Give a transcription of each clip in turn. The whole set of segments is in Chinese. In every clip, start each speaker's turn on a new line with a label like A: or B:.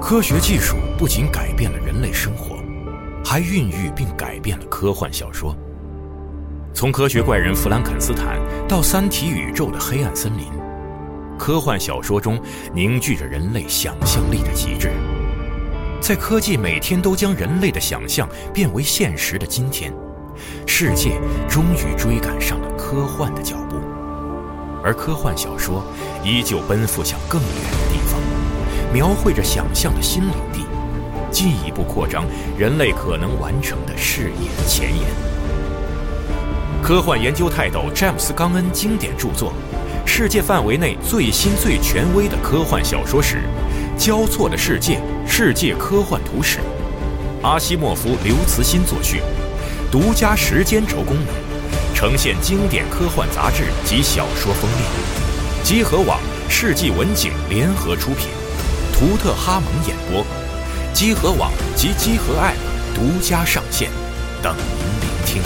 A: 科学技术不仅改变了人类生活，还孕育并改变了科幻小说。从科学怪人弗兰肯斯坦到三体宇宙的黑暗森林，科幻小说中凝聚着人类想象力的极致。在科技每天都将人类的想象变为现实的今天，世界终于追赶上了科幻的脚步，而科幻小说依旧奔赴向更远的地方，描绘着想象的新领地，进一步扩张人类可能完成的事业的前沿。科幻研究泰斗詹姆斯·冈恩经典著作《世界范围内最新最权威的科幻小说史》《交错的世界：世界科幻图史》，阿西莫夫、刘慈欣作序，独家时间轴功能，呈现经典科幻杂志及小说封面。集合网、世纪文景联合出品，图特哈蒙演播，集合网及集合 App 独家上线，等您聆听。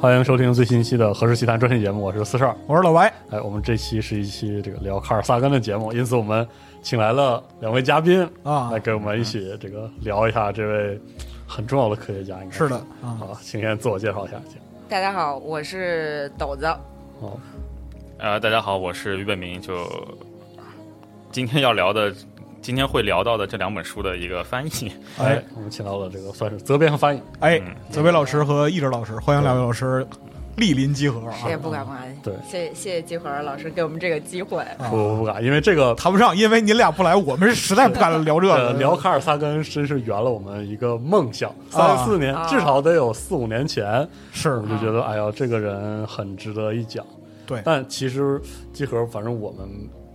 B: 欢迎收听最新一期的《何氏奇谈》专题节目，我是四十二。
C: 我是老白，
B: 哎，我们这期是一期这个聊卡尔萨根的节目，因此我们请来了两位嘉宾
C: 啊
B: 来跟我们一起这个聊一下这位很重要的科学家。应该
C: 是的啊，
B: 好，请先自我介绍一下。请
D: 大家好，我是斗子。
B: 哦，
E: 呃，大家好，我是俞本明。就今天要聊的，今天会聊到的这两本书的一个翻译。
B: 哎，我们请到了这个算是责编和翻译，
C: 哎
E: 嗯，
C: 泽北老师和易哲老师，欢迎两位老师莅临集合啊
D: 谁！也不敢不敢。
B: 对
D: 谢谢谢谢集合老师给我们这个机会。
C: 啊
B: 我不敢，因为这个
C: 谈不上，因为您俩不来，我们实在不敢聊这
B: 呃
C: 个。
B: 聊卡尔萨根真是圆了我们一个梦想。三四年，
D: 啊
B: 至少得有四五年前，
C: 是
B: 我就觉得，哎呀，这个人很值得一讲。
C: 对
B: 但其实集合，反正我们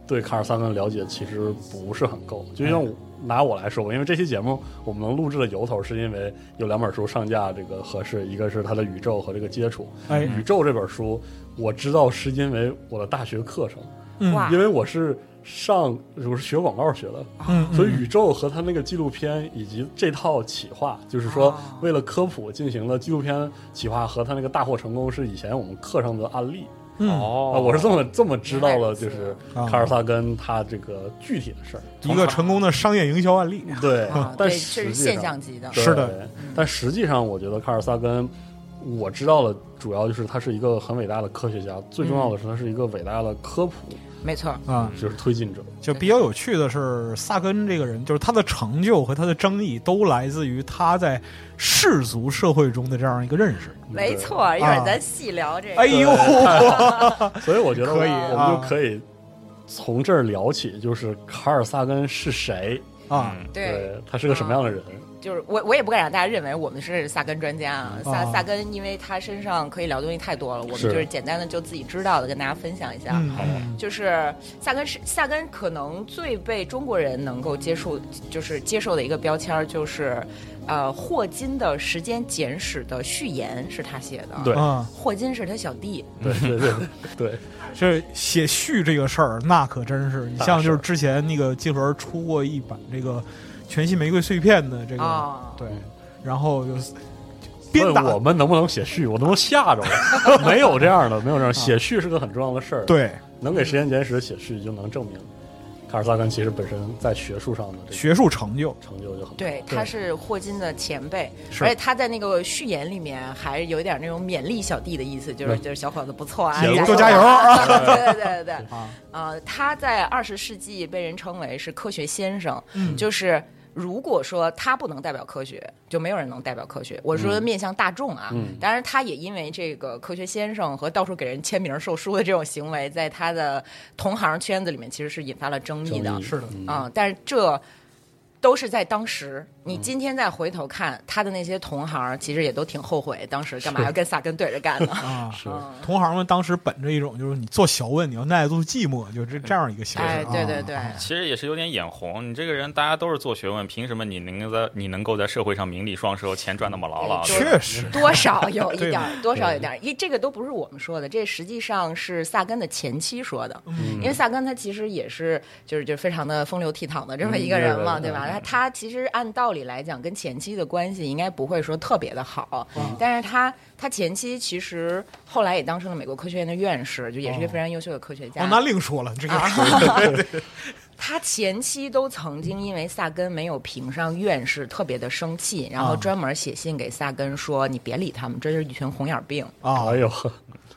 B: 对卡尔萨根的了解其实不是很够。就像我拿我来说吧，因为这期节目我们能录制的由头，是因为有两本书上架这个合适，一个是他的《宇宙》和这个《接触》。
C: 哎
B: 宇宙》这本书，我知道是因为我的大学课程，
D: 哇
B: 嗯因为我是上我是学广告学的，
C: 嗯，
B: 所以宇宙和他那个纪录片以及这套企划，就是说
D: 哦
B: 为了科普进行了纪录片企划和他那个大获成功，是以前我们课上的案例
C: 嗯，
E: 哦
B: 啊。我是这么这么知道
D: 原来
B: 了，
D: 如此
B: 就是
C: 啊
B: 卡尔萨根他这个具体的事儿。
C: 一个成功的商业营销案例，
B: 对
D: 啊，
B: 但
D: 对，这
B: 实
D: 是
B: 际
D: 现
B: 上
D: 象级的。嗯
B: 对
C: 是的，
B: 但实际上我觉得卡尔萨根。我知道了，主要就是他是一个很伟大的科学家，最重要
D: 嗯
B: 的是他是一个伟大的科普，
D: 没错，
C: 啊。
B: 就是推进者。
C: 就比较有趣的是，萨根这个人，就是他的成就和他的争议，都来自于他在氏族社会中的这样一个认识。
D: 没
B: 对啊
D: 错，一会儿咱细聊这个。
C: 哎呦，
B: 所以我觉得
C: 可以啊
B: 我们就可以从这儿聊起，就是卡尔萨根是谁，
C: 啊，
D: 对，啊
B: 他是个什么样的人？
D: 就是我，我也不敢让大家认为我们是萨根专家啊。萨、
C: 啊
D: 萨根，因为他身上可以聊东西太多了，我们
B: 是
D: 就是简单的就自己知道的跟大家分享一下。
C: 嗯，
D: 就是萨根是萨根，可能最被中国人能够接受，就是接受的一个标签儿就是，呃，霍金的《时间简史》的序言是他写的，
B: 对
C: 啊，
D: 霍金是他小弟，
B: 对对对 对对，
C: 这写序这个事儿，那可真是你
B: 大
C: 像就
B: 事
C: 是
B: 儿
C: 之前那个集合出过一版这个《全息玫瑰碎片》的这个，
D: 哦
C: 对，然后就是鞭打
B: 问我们能不能写序，我都能吓着了。没有这样的，没有这样，写序是个很重要的事儿。，
C: 对
B: 能给《时间简史》写序，就能证明卡尔萨根其实本身在学术上的这个
C: 学术成就，
B: 成就就很大。
D: 对，他是霍金的前辈，
B: 是
D: 而且他在那个序言里面还有一点那种勉励小弟的意思，就是
B: 嗯
D: 就是小伙子不错啊，
B: 写得
D: 加
B: 不
C: 错多加油啊
D: 对对对对对，
C: 啊
D: 呃，他在二十世纪被人称为是科学先生，
C: 嗯
D: 就是如果说他不能代表科学，就没有人能代表科学。我说面向大众啊，
B: 嗯
D: 当然他也因为这个科学先生和到处给人签名售书的这种行为，在他的同行圈子里面其实是引发了争议的
B: 争议
C: 是的，？
D: 啊、但是这。都是在当时，你今天再回头看他的那些同行，其实也都挺后悔当时干嘛要跟萨根对着干呢
C: 啊。
B: 是
D: 嗯
C: 同行们当时本着一种就是你做学问，你要耐得住寂寞，就这这样一个形式。
D: 哎，对
C: 啊
D: 对对，
E: 其实也是有点眼红。你这个人，大家都是做学问，凭什么你能在你能够在社会上名利双收，钱赚那么牢牢的？
C: 确实，
D: 多少有 一
C: 对
D: 点
C: 吧
D: 儿，多少有点儿，因为这个都不是我们说的，这实际上是萨根的前妻说的。
C: 嗯
D: 因为萨根他其实也是就是就非常的风流倜傥的这么一个
B: 嗯
D: 人嘛，
B: 对
D: 对吧？他他其实按道理来讲跟前妻的关系应该不会说特别的好，但是他他前妻其实后来也当上了美国科学院的院士，就也是一个
C: 哦
D: 非常优秀的科学家。
C: 哦，那另说了，这
B: 啊
C: 个
D: 他前妻都曾经因为萨根没有评上院士，特别的生气，然后
C: 啊
D: 专门写信给萨根说：“你别理他们，这是一群红眼病。”
C: 啊
B: 哎，呦，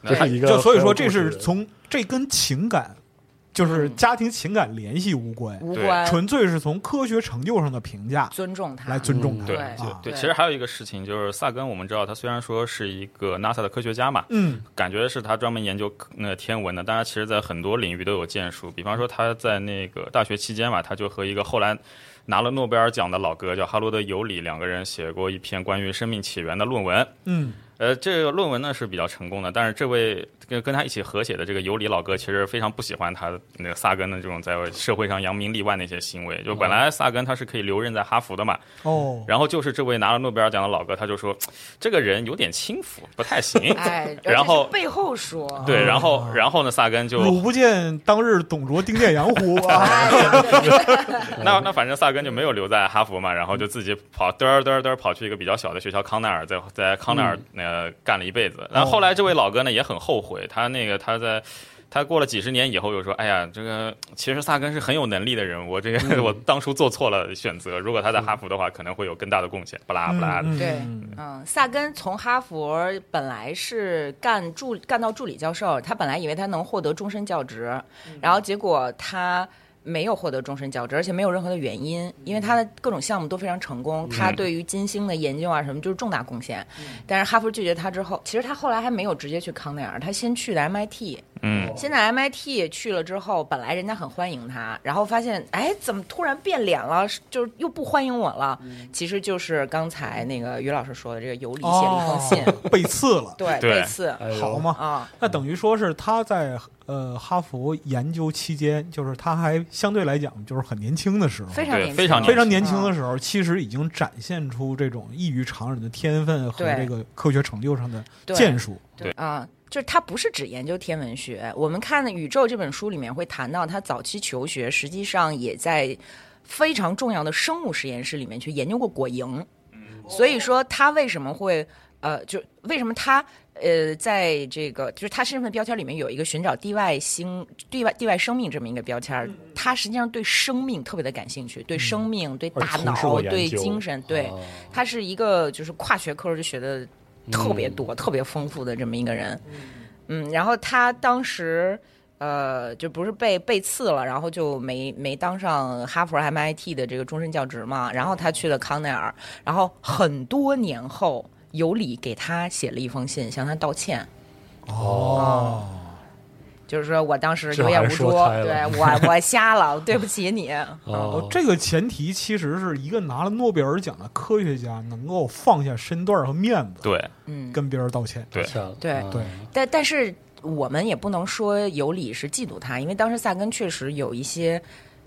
B: 这是一个很有故事的人，嗯
C: 就所以说这是从这跟情感，就是家庭情感联系无关，
D: 无
E: 对
D: 关，
C: 纯粹是从科学成就上的评价
D: 尊重他，
C: 来尊重
B: 嗯
C: 他。
D: 对
E: 对就
C: 啊
E: 对，
D: 对。
E: 其实还有一个事情就是萨根，我们知道他虽然说是一个 NASA 的科学家嘛，
C: 嗯，
E: 感觉是他专门研究那、呃、天文的，但是其实在很多领域都有建树。比方说他在那个大学期间嘛，他就和一个后来拿了诺贝尔奖的老哥叫哈罗德·尤里，两个人写过一篇关于生命起源的论文。
C: 嗯，
E: 呃，这个论文呢是比较成功的，但是这位跟跟他一起合写的这个尤里老哥其实非常不喜欢他那个萨根的这种在社会上扬名立万的一些行为。就本来萨根他是可以留任在哈佛的嘛，
C: 哦，
E: 然后就是这位拿了诺贝尔奖的老哥，他就说这个人有点轻浮，不太行
D: 哎，而且
E: 然后
D: 是背后
C: 哦
D: 说，
E: 对，然后然后呢，萨根就
C: 汝不见当日董卓丁见杨胡啊，
D: 哎，对对对
E: 那那反正萨根就没有留在哈佛嘛，然后就自己跑嘚儿嘚儿嘚儿跑去一个比较小的学校康奈尔，在在康奈尔
C: 嗯
E: 呃干了一辈子。
C: 哦
E: 然后后来这位老哥呢也很后悔，他那个他在。他过了几十年以后又说：“哎呀，这个其实萨根是很有能力的人，我这个、
C: 嗯
E: 我当初做错了选择。如果他在哈佛的话，可能会有更大的贡献。”不拉不拉的，
C: 嗯
D: 对，嗯，萨根从哈佛本来是干助干到助理教授，他本来以为他能获得终身教职，然后结果他。没有获得终身教职，而且没有任何的原因，因为他的各种项目都非常成功，他对于金星的研究啊什么就是重大贡献。但是哈佛拒绝他之后，其实他后来还没有直接去康奈尔，他先去的 MIT，
E: 嗯，
D: 现在 MIT 去了之后，本来人家很欢迎他，然后发现哎，怎么突然变脸了？就是又不欢迎我了。其实就是刚才那个于老师说的，这个尤里写了一封信，
C: 哦，被刺了，
D: 对，
E: 对
D: 这次
B: 哎呦
C: 好嘛？
D: 啊，
C: 那等于说是他在呃哈佛研究期间，就是他还相对来讲就是很年轻的时候，
D: 非常
E: 对
D: 年轻，啊
E: 非常
C: 非常年轻的时候，其实已经展现出这种异于常人的天分和
D: 对
C: 这个科学成就上的
D: 对
C: 建树。
E: 对
D: 啊。就是他不是只研究天文学，我们看《宇宙》这本书里面会谈到，他早期求学实际上也在非常重要的生物实验室里面去研究过果蝇。
B: 嗯
D: 所以说他为什么会呃，就为什么他呃，在这个就是他身份标签里面有一个寻找地外星、地外地外生命这么一个标签儿，他实际上对生命特别的感兴趣，对生命、对
B: 而
D: 大
B: 嗯从事
D: 脑、
B: 过研
D: 对
B: 究
D: 精神，对。
B: 啊
D: 他是一个就是跨学科就学的特
B: 嗯
D: 别多、特别丰富的这么一个人。嗯，然后他当时呃，就不是被被刺了，然后就没没当上哈佛 MIT 的这个终身教职嘛，然后他去了康奈尔，然后很多年后。尤里给他写了一封信，向他道歉，
C: 哦，
D: 就是说我当时
B: 这
D: 有眼
B: 还
D: 无
B: 是
D: 珠，
B: 说开了
D: 对我我瞎了，对不起你。
B: 哦
C: 这个前提其实是一个拿了诺贝尔奖的科学家能够放下身段和面子，
E: 对，
D: 嗯，
C: 跟别人道歉。
E: 对
B: 欠了
D: 对嗯
B: 啊
C: 对
D: 但但是我们也不能说有理是嫉妒他，因为当时萨根确实有一些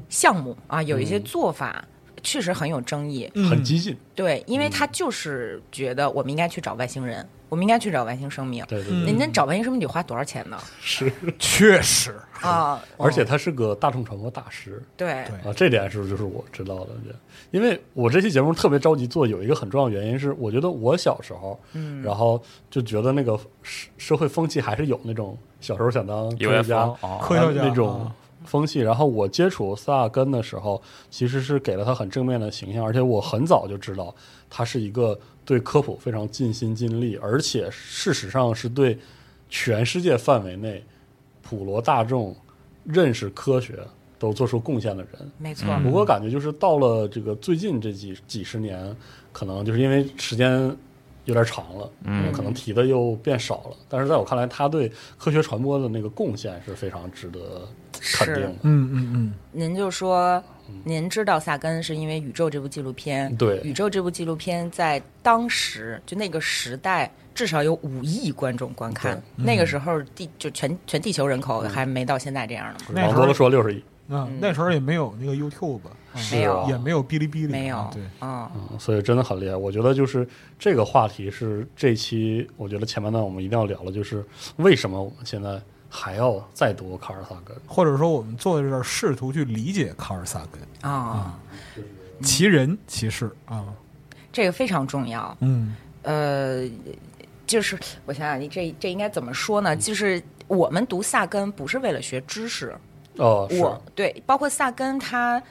D: 项目啊，有一些做法。确实很有争议，
C: 嗯
B: 很激进，
D: 对，因为他就是觉得我们应该去找外星人，我们应该去找外星生命。
B: 对对
C: 嗯
B: 对，
D: 您您找外星生命得花多少钱呢？
B: 是，
C: 确实，
D: 啊，
B: 而且
D: 哦
B: 他是个大众传播大师
D: 对
C: 对
B: 啊，这点是就是我知道的。这因为我这期节目特别着急做，有一个很重要的原因是，我觉得我小时候，
D: 嗯
B: 然后就觉得那个社社会风气还是有那种小时候想当科学
E: UFO
B: 家
E: 哦
C: 科学家
B: 那种
C: 啊
B: 风气。然后我接触萨根的时候，其实是给了他很正面的形象，而且我很早就知道他是一个对科普非常尽心尽力，而且事实上是对全世界范围内普罗大众认识科学都做出贡献的人。
D: 没错，
E: 嗯
B: 不过感觉就是到了这个最近这几几十年，可能就是因为时间有点长了，
E: 嗯
B: 可能提的又变少了。但是在我看来，他对科学传播的那个贡献是非常值得肯定
D: 是。
B: 的。
C: 嗯嗯
D: 您就说，您知道萨根是因为《宇宙》这部纪录片。
B: 嗯对
D: 宇宙》这部纪录片在当时就那个时代，至少有五亿观众观看。那个时候地就全全地球人口还没到现在这样呢。
C: 那时候
B: 王多了说六十亿，
C: 嗯，啊，那时候也没有那个 YouTube，啊
D: 没有
C: 也没有哔哩哔哩，
D: 没有
C: 啊，对，
D: 嗯，
B: 嗯所以真的很厉害。我觉得就是这个话题是这期，我觉得前半段我们一定要聊的，就是为什么我们现在还要再读卡尔萨根。
C: 或者说我们坐在这儿试图去理解卡尔萨根
D: 啊、
C: 其人其事啊，
D: 这个非常重要。
C: 嗯
D: 呃，就是我想想，你这这应该怎么说呢？就是我们读萨根不是为了学知识，
B: 哦，是
D: 我对，包括萨根他。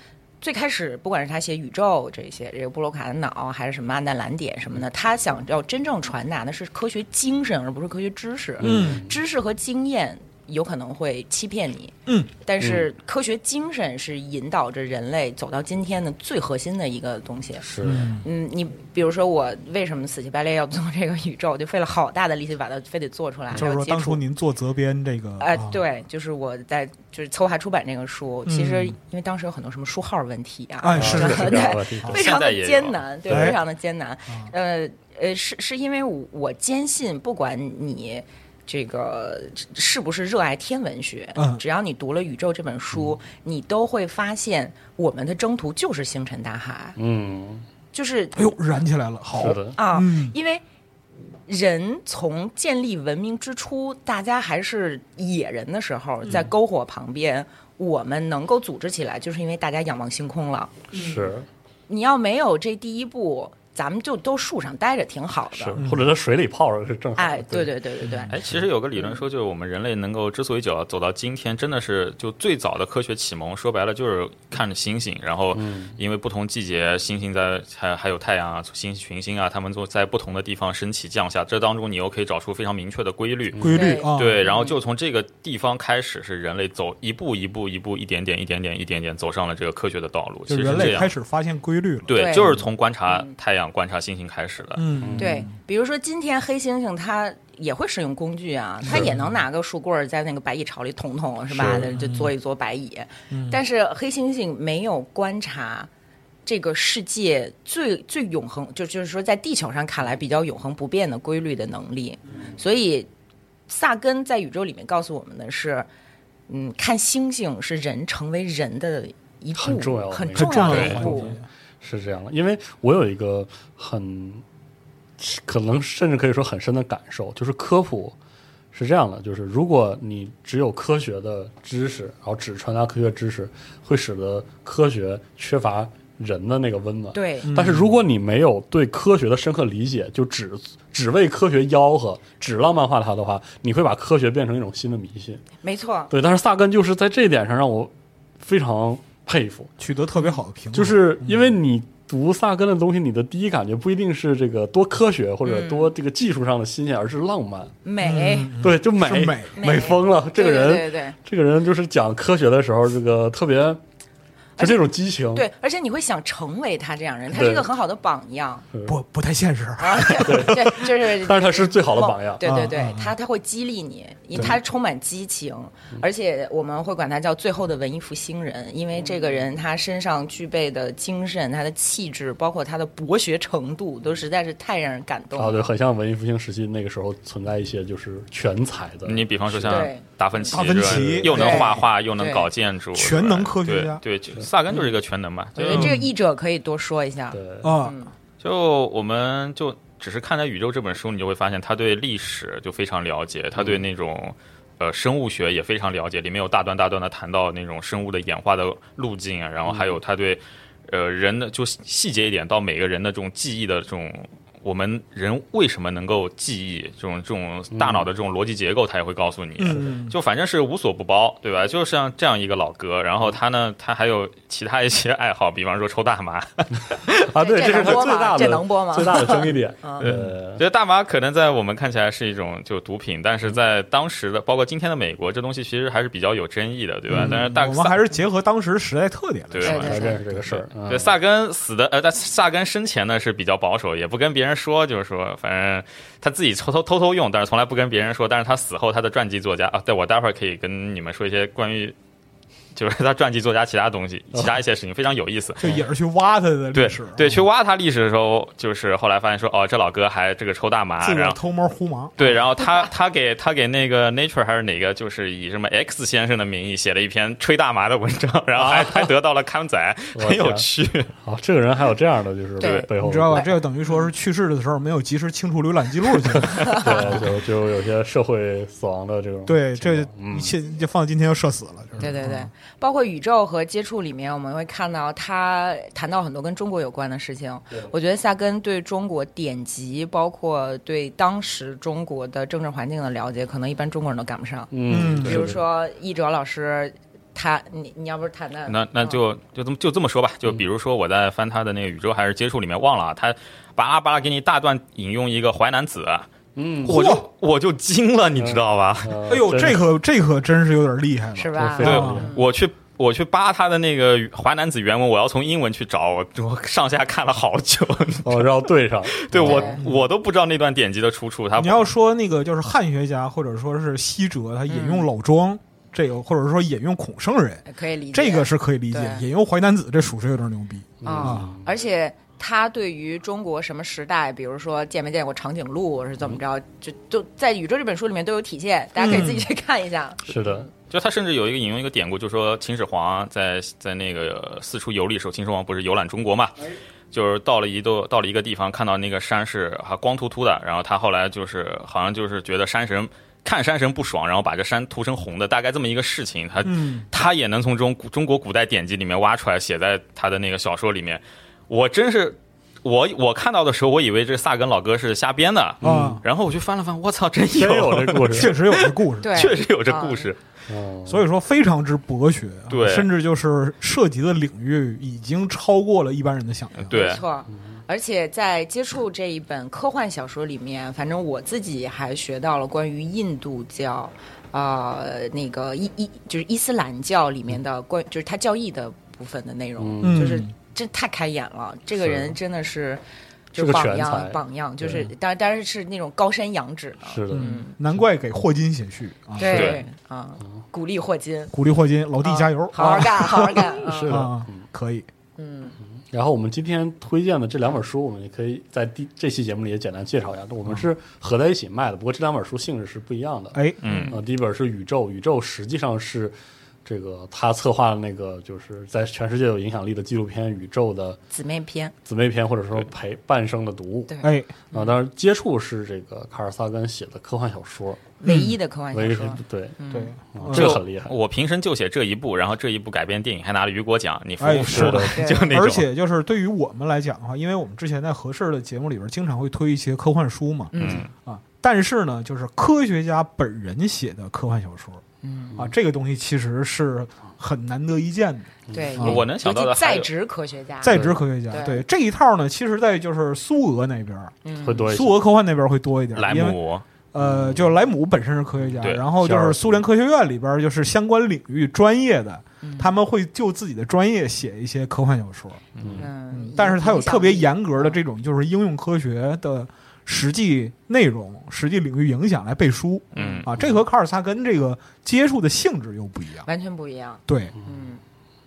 D: 最开始，不管是他写宇宙这些，这个布罗卡的脑，还是什么阿南蓝点什么的，他想要真正传达的是科学精神，而不是科学知识。
C: 嗯，
D: 知识和经验有可能会欺骗你，
C: 嗯，
D: 但是科学精神是引导着人类走到今天的最核心的一个东西。
B: 是，
D: 嗯，你比如说我为什么死乞白赖要做这个宇宙，就费了好大的力气把它非得做出来，
C: 就是
D: 要
C: 说
D: 接
C: 当
D: 触
C: 初您做责编这个，
D: 哎、
C: 啊，
D: 对，就是我在就是策划出版这个书，其实因为当时有很多什么书号问题啊，
C: 哎是
B: 是
C: 是
B: 是
D: 对
B: 这样的是这样的
D: 非常
E: 现在
D: 的
E: 也有
D: 艰难，对，
C: 哎
D: 非常的艰难。呃呃，是是因为我我坚信，不管你。这个是不是热爱天文学？
C: 嗯
D: 只要你读了《宇宙》这本书，你都会发现我们的征途就是星辰大海，
B: 嗯，
D: 就是
C: 哎呦燃起来了，好，
B: 是的，
D: 啊，
C: 嗯
D: 因为人从建立文明之初，大家还是野人的时候，在篝火旁边，我们能够组织起来，就是因为大家仰望星空了。
B: 是
D: 你要没有这第一步，咱们就都树上待着挺好
B: 是
D: 的。，嗯
B: 或者在水里泡着是正好的。
D: 哎，对对对对对，
E: 哎，其实有个理论说，就是我们人类能够之所以走到走到今天，真的是就最早的科学启蒙，说白了就是看着星星，然后
C: 嗯
E: 因为不同季节，星星在还还有太阳啊、星群星啊，它们都在不同的地方升起降下，这当中你又可以找出非常明确的规律。
C: 规律啊，
E: 对，然后就从这个地方开始，是人类走一步一步、一步一点点、一点点、一点点走上了这个科学的道路。其
C: 就
E: 实
C: 人
E: 这
C: 类开
E: 样，
C: 始发现规律了，
E: 对，
D: 对
E: 就是从观察太阳、观察星星开始的。
C: 嗯，
D: 对，比如说今天黑猩猩它也会使用工具啊，它也能拿个树棍儿在那个白蚁巢里捅捅，是吧？就
B: 嗯
D: 嘬一嘬白蚁。但是黑猩猩没有观察这个世界最最永恒，就就是说在地球上看来比较永恒不变的规律的能力。所以萨根在宇宙里面告诉我们的是，嗯，看星星是人成为人的一步，
B: 很重要的
D: 很
B: 那个
C: 很
D: 重
C: 重要
D: 的
C: 的
D: 一
C: 环
D: 步。
C: 节，
B: 是这样的，因为我有一个很可能甚至可以说很深的感受，就是科普是这样的，就是如果你只有科学的知识，然后只传达科学知识，会使得科学缺乏人的那个温暖。
D: 对，
B: 但是如果你没有对科学的深刻理解，就只只为科学吆喝，只浪漫化它的话，你会把科学变成一种新的迷信。
D: 没错。
B: 对，但是萨根就是在这一点上让我非常佩服，
C: 取得特别好的评论，
B: 就是因为你读萨根的东西，你的第一感觉不一定是这个多科学或者
D: 嗯
B: 多这个技术上的新鲜，而是浪漫。
D: 美，
B: 对，就美
C: 嗯是美
D: 美
B: 疯了。这个
D: 对
B: 人，
D: 对对对。
B: 这个人就是讲科学的时候，这个特别就这种激情。
D: 对，而且你会想成为他这样人，他
B: 哦对
D: 是一个很好的榜样
C: 不不太现实，
D: 啊，对，就是。
B: 但是他是最好的榜样。嗯
D: 对对对，
C: 啊啊啊
D: 他他会激励你，因为他充满激情，
B: 嗯
D: 而且我们会管他叫最后的文艺复兴人，因为这个人他身上具备的精神、他的气质，包括他的博学程度，都实在是太让人感动
B: 啊，
D: 了。
B: 对，很像文艺复兴时期那个时候存在一些就是全才的，
E: 你比方说像
D: 对
E: 达芬奇，
C: 达芬奇
E: 对吧又能
D: 对
E: 画画，又能
D: 对
E: 搞建筑，
C: 全能科学
E: 对
C: 家
E: 对，就萨根就是一个全能嘛。
D: 我
E: 就
C: 嗯
D: 觉得这个译者可以多说一下。
B: 对
C: 啊，
E: 就我们就只是看待《宇宙》这本书，你就会发现他对历史就非常了解，他对那种呃生物学也非常了解，里面有大段大段的谈到那种生物的演化的路径啊，然后还有他对呃人的就细节一点到每个人的这种记忆的这种。我们人为什么能够记忆这种这种大脑的这种逻辑结构，他也会告诉你。
C: 嗯
E: 就反正是无所不包，对吧？就像这样一个老哥，然后他呢，他还有其他一些爱好，比方说抽大麻。
B: 啊，对，
D: 这
B: 是
D: 能
B: 他
D: 播
B: 最
D: 吗
B: 大的
D: 这能播吗嗯
B: 最大的争议 点，
E: 我
B: 呃，
C: 嗯
E: 觉得大麻可能在我们看起来是一种就毒品，但是在当时的，包括今天的美国，这东西其实还是比较有争议的，对吧？但是大
C: 嗯我们还是结合当时时代特点来
E: 对
C: 说。
E: 吧
D: 对
B: 才认识这个事儿。嗯
E: 对，萨根死的，呃，但萨根生前呢是比较保守，也不跟别人说，就是说，反正他自己偷偷偷偷用，但是从来不跟别人说。但是他死后，他的传记作家啊，对我待会儿可以跟你们说一些关于，就是他传记作家其他东西，其他一些事情非常有意思。
C: 就也是去嗯挖他的
E: 对
C: 历史，啊
E: 对，去挖他历史的时候，就是后来发现说，哦，这老哥还这个抽大麻，
C: 自
E: 然
C: 我
E: 后
C: 偷摸胡忙。
E: 对，然后他他给他给那个 Nature 还是哪个，就是以什么 X 先生的名义写了一篇吹大麻的文章，然后还还得到了刊 载，
B: 我
E: 很有
B: 天
E: 趣。
B: 好，这个人还有这样的，就是
D: 对
B: 背后的
C: 你知道吧？
D: 对
C: 这就等于说是去世的时候没有及时清除浏览记录去。
B: 对，就就有些社会死亡的这种情况。
C: 对，这
B: 嗯
C: 一切就放到今天要社死了。就是
D: 对对对，，包括宇宙和接触里面，我们会看到他谈到很多跟中国有关的事情。我觉得萨根对中国典籍，包括对当时中国的政治环境的了解，可能一般中国人都赶不上。
B: 嗯，
C: 嗯
B: 对
D: 比如，说易哲老师，他你你要不是谈谈，
E: 那那就就这么就这么说吧，就比如说我在翻他的那个宇宙还是接触里面忘了啊，他巴拉巴拉给你大段引用一个《淮南子》，啊
B: 嗯，
E: 我就我就惊了，你知道吧？
B: 呃
C: 哎呦，
B: 真
C: 这可这可真是有点厉害了。
D: 是
B: 这
D: 吧
B: 非？
E: 对
B: 常厉害
C: 嗯
E: 我去我去扒他的那个《淮南子》原文，我要从英文去找，我我上下看了好久，
B: 哦，然后对 上，
E: 对我
D: 对
E: 我都不知道那段典籍的出处，他
C: 你要说那个就是汉学家或者说是西哲，他引
D: 嗯
C: 用老庄，这个或者说引用孔圣人，
D: 可以理解
C: 这个是可以理解
D: 对。
C: 引用淮南子，这属实有点牛逼。
D: 啊、
C: 嗯
D: 而且他对于中国什么时代，比如说见没见过长颈鹿是怎么着，就就在《宇宙》这本书里面都有体现，大家可以自己去看一 下。
B: 是的，
E: 就他甚至有一个引用一个典故，就说秦始皇在在那个呃四处游历时候，秦始皇不是游览中国嘛，
B: 哎
E: 就是到了一度到了一个地方，看到那个山是还光秃秃的，然后他后来就是好像就是觉得山神看山神不爽，然后把这山涂成红的，大概这么一个事情，他、
C: 嗯，
E: 他也能从中古中国古代典籍里面挖出来，写在他的那个小说里面。我真是我我看到的时候，我以为这萨根老哥是瞎编的，
C: 啊
E: 然后我去翻了翻，我操，真
B: 哦真有这故事
C: 确，实有这故事。
D: 对，
E: 确实有这故事。
B: 嗯
C: 所以说非常之博学啊，
E: 对
C: 甚至就是涉及的领域已经超过了一般人的想象。
E: 对
D: 没错。而且在接触这一本科幻小说里面，反正我自己还学到了关于印度教，呃，那个伊伊就是伊斯兰教里面的关，就是它教义的部分的内容，
C: 嗯
D: 就是这太开眼了。这个人真的是。就
B: 个
D: 是榜
B: 全才
D: 样，榜样就是
B: 对，
D: 当然，当然是那种高山仰止的，
B: 是的，
C: 嗯，难怪给霍金写序啊，
E: 对
D: 嗯对啊，鼓励霍金，
C: 鼓励霍金老弟
D: 啊
C: 加油，
D: 好好
C: 啊
D: 干，好好干，啊
B: 是的
C: 啊，可以。
D: 嗯，
B: 然后我们今天推荐的这两本书，我们也可以在第这期节目里也简单介绍一下。我们是合在一起卖的，不过这两本书性质是不一样的。
C: 嗯哎，
E: 嗯
B: 啊，第一本是《宇宙》，《宇宙》实际上是这个他策划的那个，就是在全世界有影响力的纪录片《宇宙》的
D: 姊妹篇，
B: 姊妹篇，或者说陪伴生的读物。
D: 对
C: 哎，
B: 啊，当然接触是这个卡尔萨根写的科幻小说，
D: 唯一的科幻小
B: 唯一
D: 说，
B: 对，
C: 对，
B: 啊
C: 嗯
B: 这个很厉害。
E: 我平生就写这一部，然后这一部改编电影还拿了雨果奖，你服
C: 哎
E: 不
C: 是
E: 服？
C: 的
D: 对
E: 就那种。
C: 而且就是对于我们来讲的话，因为我们之前在合适的节目里边经常会推一些科幻书嘛，
E: 嗯，
C: 啊，但是呢，就是科学家本人写的科幻小说，
D: 嗯
C: 啊，这个东西其实是很难得一见的。
D: 嗯对，
C: 啊
D: 尤
E: 我能想到的
D: 尤其
E: 还
D: 在
E: 有
D: 职科学家，
C: 在职科学家，
D: 对
C: 这一套呢，其实在就是苏俄那边，
D: 嗯
B: 会多一些
C: 苏俄科幻那边会多一点，
E: 莱
C: 因为
E: 姆，嗯
C: 呃，就是莱姆本身是科学家，
E: 对
C: 然后就
B: 肖
C: 是
B: 尔
C: 苏联科学院里边就是相关领域专业的，
D: 嗯
C: 他们会就自己的专业写一些科幻小说，
D: 嗯，
C: 但是它有特别严格的
D: 影响力
C: 这种就是应用科学的实际内容、实际领域影响来背书
E: 嗯，
C: 啊，这和卡尔萨根这个接触的性质又不一样。
D: 完全不一样，
C: 对，
D: 嗯，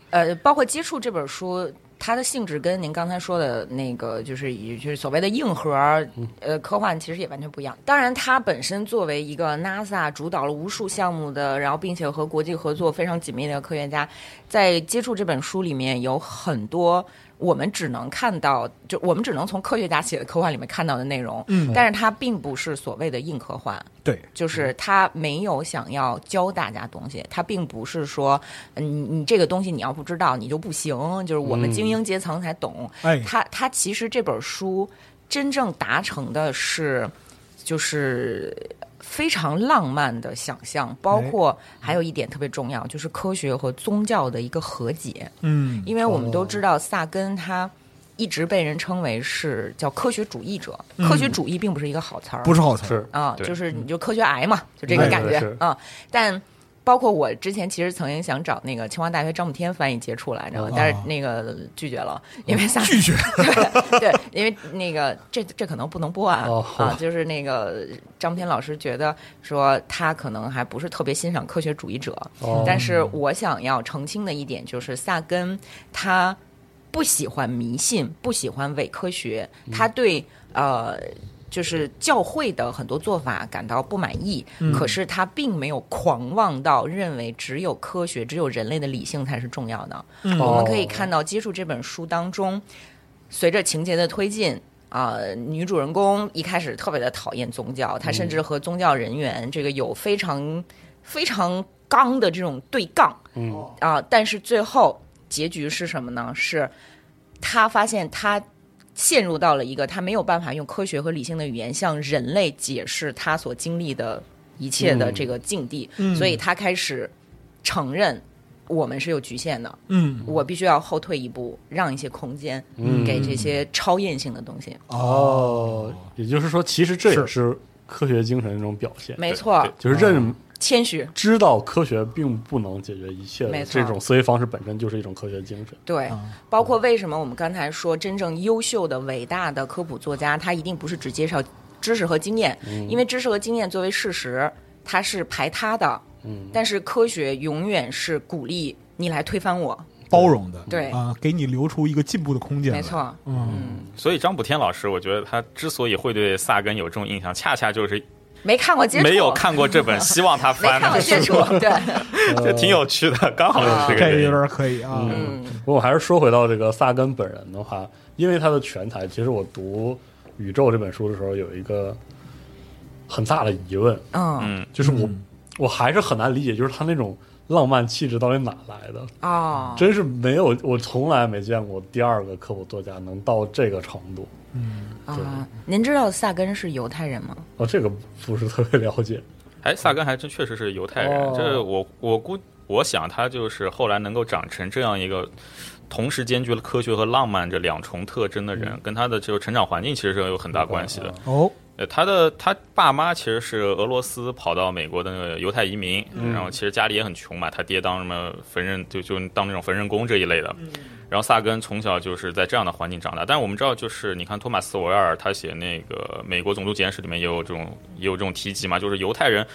D: 呃，包括接触这本书。它的性质跟您刚才说的那个，就是以就是所谓的硬核儿呃科幻，其实也完全不一样。当然，它本身作为一个 NASA 主导了无数项目的，然后并且和国际合作非常紧密的科学家，在接触这本书里面有很多我们只能看到，就我们只能从科学家写的科幻里面看到的内容，
C: 嗯
D: 但是它并不是所谓的硬科幻，
C: 对，
D: 就是他没有想要教大家东西，他并不是说，嗯，你你这个东西你要不知道你就不行，就是我们
B: 嗯
D: 精英阶层才懂。
C: 哎
D: 他他其实这本书真正达成的是，就是非常浪漫的想象，包括还有一点特别重要，就是科学和宗教的一个和解。
C: 嗯，
D: 因为我们
B: 哦
D: 都知道萨根他一直被人称为是叫科学主义者，
C: 嗯
D: 科学主义并不是一个好词儿，
C: 不是好词，
B: 是嗯
D: 啊，
E: 对
D: 就是你就科学癌嘛，就这个感觉
B: 对是
D: 啊。但包括我之前其实曾经想找那个清华大学张慕天翻译接触来着
B: 哦，
D: 但是那个拒绝了，因为萨
C: 拒绝
D: 对，因为那个这这可能不能播啊、
B: 哦
D: 啊，就是那个张慕天老师觉得说他可能还不是特别欣赏科学主义者，
B: 哦
D: 但是我想要澄清的一点就是，萨根他不喜欢迷信，不喜欢伪科学，他对呃。就是教会的很多做法感到不满意，可是他并没有狂妄到认为只有科学、只有人类的理性才是重要的。
C: 嗯
D: 我
B: 哦
D: 们可以看到，接触这本书当中，随着情节的推进。啊、女主人公一开始特别的讨厌宗教，她甚至
B: 嗯
D: 和宗教人员这个有非常非常刚的这种对杠，
B: 嗯
D: 啊、但是最后结局是什么呢？是她发现她陷入到了一个她没有办法用科学和理性的语言向人类解释她所经历的一切的
B: 嗯
D: 这个境地，
C: 嗯
D: 所以她开始承认我们是有局限的，
C: 嗯，
D: 我必须要后退一步，让一些空间
B: 嗯
D: 给这些超验性的东西。
E: 啊
B: 哦，也就是说，其实这也
C: 是
B: 是科学精神一种表现，
D: 没错
E: 对，
B: 就是
C: 哦
B: 认
D: 谦虚，
B: 知道科学并不能解决一切的
D: 没错
B: 这种思维方式本身就是一种科学精神。
D: 对，
E: 啊
D: 包括为什么我们刚才说，真正优秀的、伟大的科普作家，他一定不是只介绍知识和经验，
E: 嗯
D: 因为知识和经验作为事实，它是排他的。
B: 嗯，
D: 但是科学永远是鼓励你来推翻我，
C: 包容的，
D: 对
C: 啊，给你留出一个进步的空间，
D: 没，错，
C: 嗯，
E: 所以张补天老师，我觉得他之所以会对萨根有这种印象，恰恰就是
D: 没看过接触，
E: 没有看过这本，希望他
D: 没
E: 翻
D: 看过
E: 的，
D: 接触， 对，
E: 这挺有趣的，刚好是
C: 嗯这
E: 这个原
C: 有
E: 因。
C: 点可以啊，
D: 嗯，
B: 不过我还是说回到这个萨根本人的话，因为他的全才，其实我读《宇宙》这本书的时候有一个很大的疑问，
D: 嗯，
E: 嗯，
B: 就是我、我还是很难理解，就是他那种浪漫气质到底哪来的？
C: 啊
D: 哦，
B: 真是没有，我从来没见过第二个科普作家能到这个程度。
D: 啊，您知道萨根是犹太人吗？
B: 哦，这个不是特别了解。
E: 哎，萨根还真确实是犹太人，
B: 哦
E: 这我我估我想他就是后来能够长成这样一个。同时兼具了科学和浪漫这两重特征的
C: 嗯
E: 人，跟他的这个成长环境其实是有很大关系的。
B: 啊
C: 哦，
E: 呃，他的他爸妈其实是俄罗斯跑到美国的那个犹太移民，然后其实家里也很穷嘛，他爹当什么缝纫就就当那种缝纫工这一类的。然后萨根从小就是在这样的环境长大，但是我们知道，就是你看托马斯·维尔他写那个《美国种族简史》里面也有这种也有这种提及嘛，就是犹太人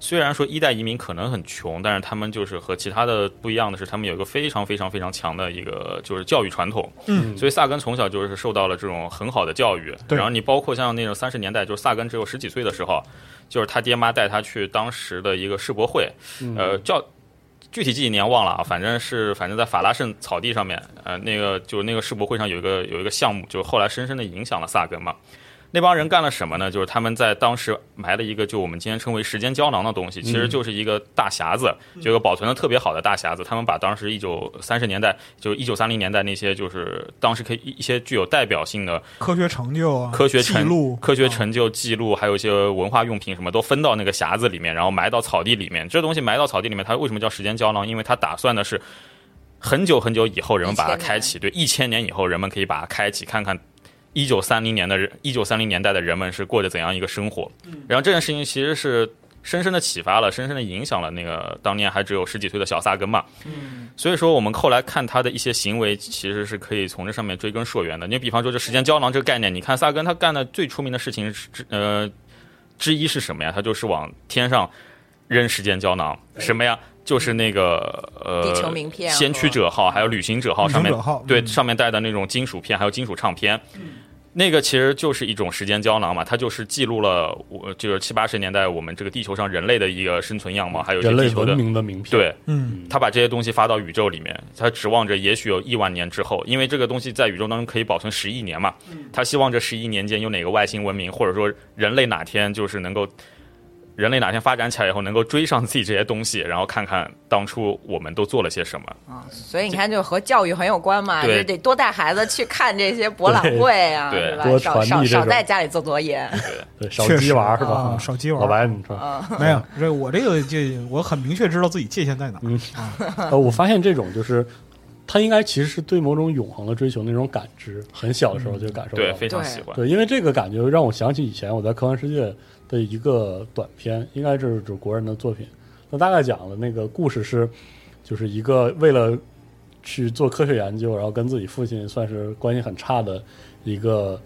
E: 虽然说一代移民可能很穷，但是他们就是和其他的不一样的是，他们有一个非常非常非常强的一个就是教育传统。
C: 嗯，
E: 所以萨根从小就是受到了这种很好的教育。
C: 对
E: 然后你包括像那种三十年代，就是萨根只有十几岁的时候，就是他爹妈带他去当时的一个世博会，
C: 嗯
E: 呃，叫。具体几年忘了啊，反正是反正在法拉盛草地上面，呃，那个就是那个世博会上有一个有一个项目，就是后来深深的影响了萨根嘛。那帮人干了什么呢？就是他们在当时埋了一个，就我们今天称为时间胶囊的东西，其
C: 嗯
E: 实就是一个大匣子，就一个保存的特别好的大匣子。他们把当时一九三十年代，就一九三零年代那些，就是当时可以一一些具有代表性的
C: 科学成就啊，
E: 科学
C: 记
E: 成
C: 录，啊
E: 科学成就记录，还有一些文化用品什么，都分到那个匣子里面，然后埋到草地里面。这东西埋到草地里面，它为什么叫时间胶囊？因为它打算的是很久很久以后人们把它
D: 1000年
E: 开启，对，一千年以后人们可以把它开启，看看。一九三零年的人，一九三零年代的人们是过着怎样一个生活？
C: 嗯
E: 然后这件事情其实是深深的启发了，深深的影响了那个当年还只有十几岁的小萨根嘛。所以说，我们后来看他的一些行为，其实是可以从这上面追根溯源的。你比方说，这时间胶囊这个概念，你看萨根他干的最出名的事情是之呃之一是什么呀？他就是往天上扔时间胶囊，什么呀？就是那个呃，
D: 地球名片啊
E: 先驱者号还有旅行者号
C: 旅
E: 上
C: 行者
E: 面
C: 号
E: 对
C: 嗯
E: 上面带的那种金属片，还有金属唱片。那个其实就是一种时间胶囊嘛，它就是记录了我就是七八十年代我们这个地球上人类的一个生存样貌，还有一些
B: 人类
E: 地球
B: 文
E: 的
B: 明的名片。
E: 对，
C: 嗯
E: 他把这些东西发到宇宙里面，他指望着也许有亿万年之后，因为这个东西在宇宙当中可以保存十亿年嘛，他希望这十亿年间有哪个外星文明，或者说人类哪天就是能够，人类哪天发展起来以后能够追上自己这些东西，然后看看当初我们都做了些什么。
D: 啊，所以你看，就和教育很有关嘛，
E: 对
D: 就得多带孩子去看这些博览会啊，
E: 对
D: 是吧？
B: 多
D: 少
B: 传递
D: 少
B: 这种
D: 少在家里做作业，
B: 对，少
C: 确实
B: 鸡娃是吧
C: 啊？少鸡 娃啊
B: 老白，你说，
E: 嗯
C: 没有这我这个这我很明确知道自己界限在哪。
B: 呃，我发现这种就是，他应该其实是对某种永恒的追求那种感知，很小的时候就感受到
E: 对，
B: 了。
E: 非常喜欢。
B: 对，因为这个感觉让我想起以前我在科幻世界的一个短片，应该是指国人的作品。那大概讲的那个故事是，就是一个为了去做科学研究，然后跟自己父亲算是关系很差的一个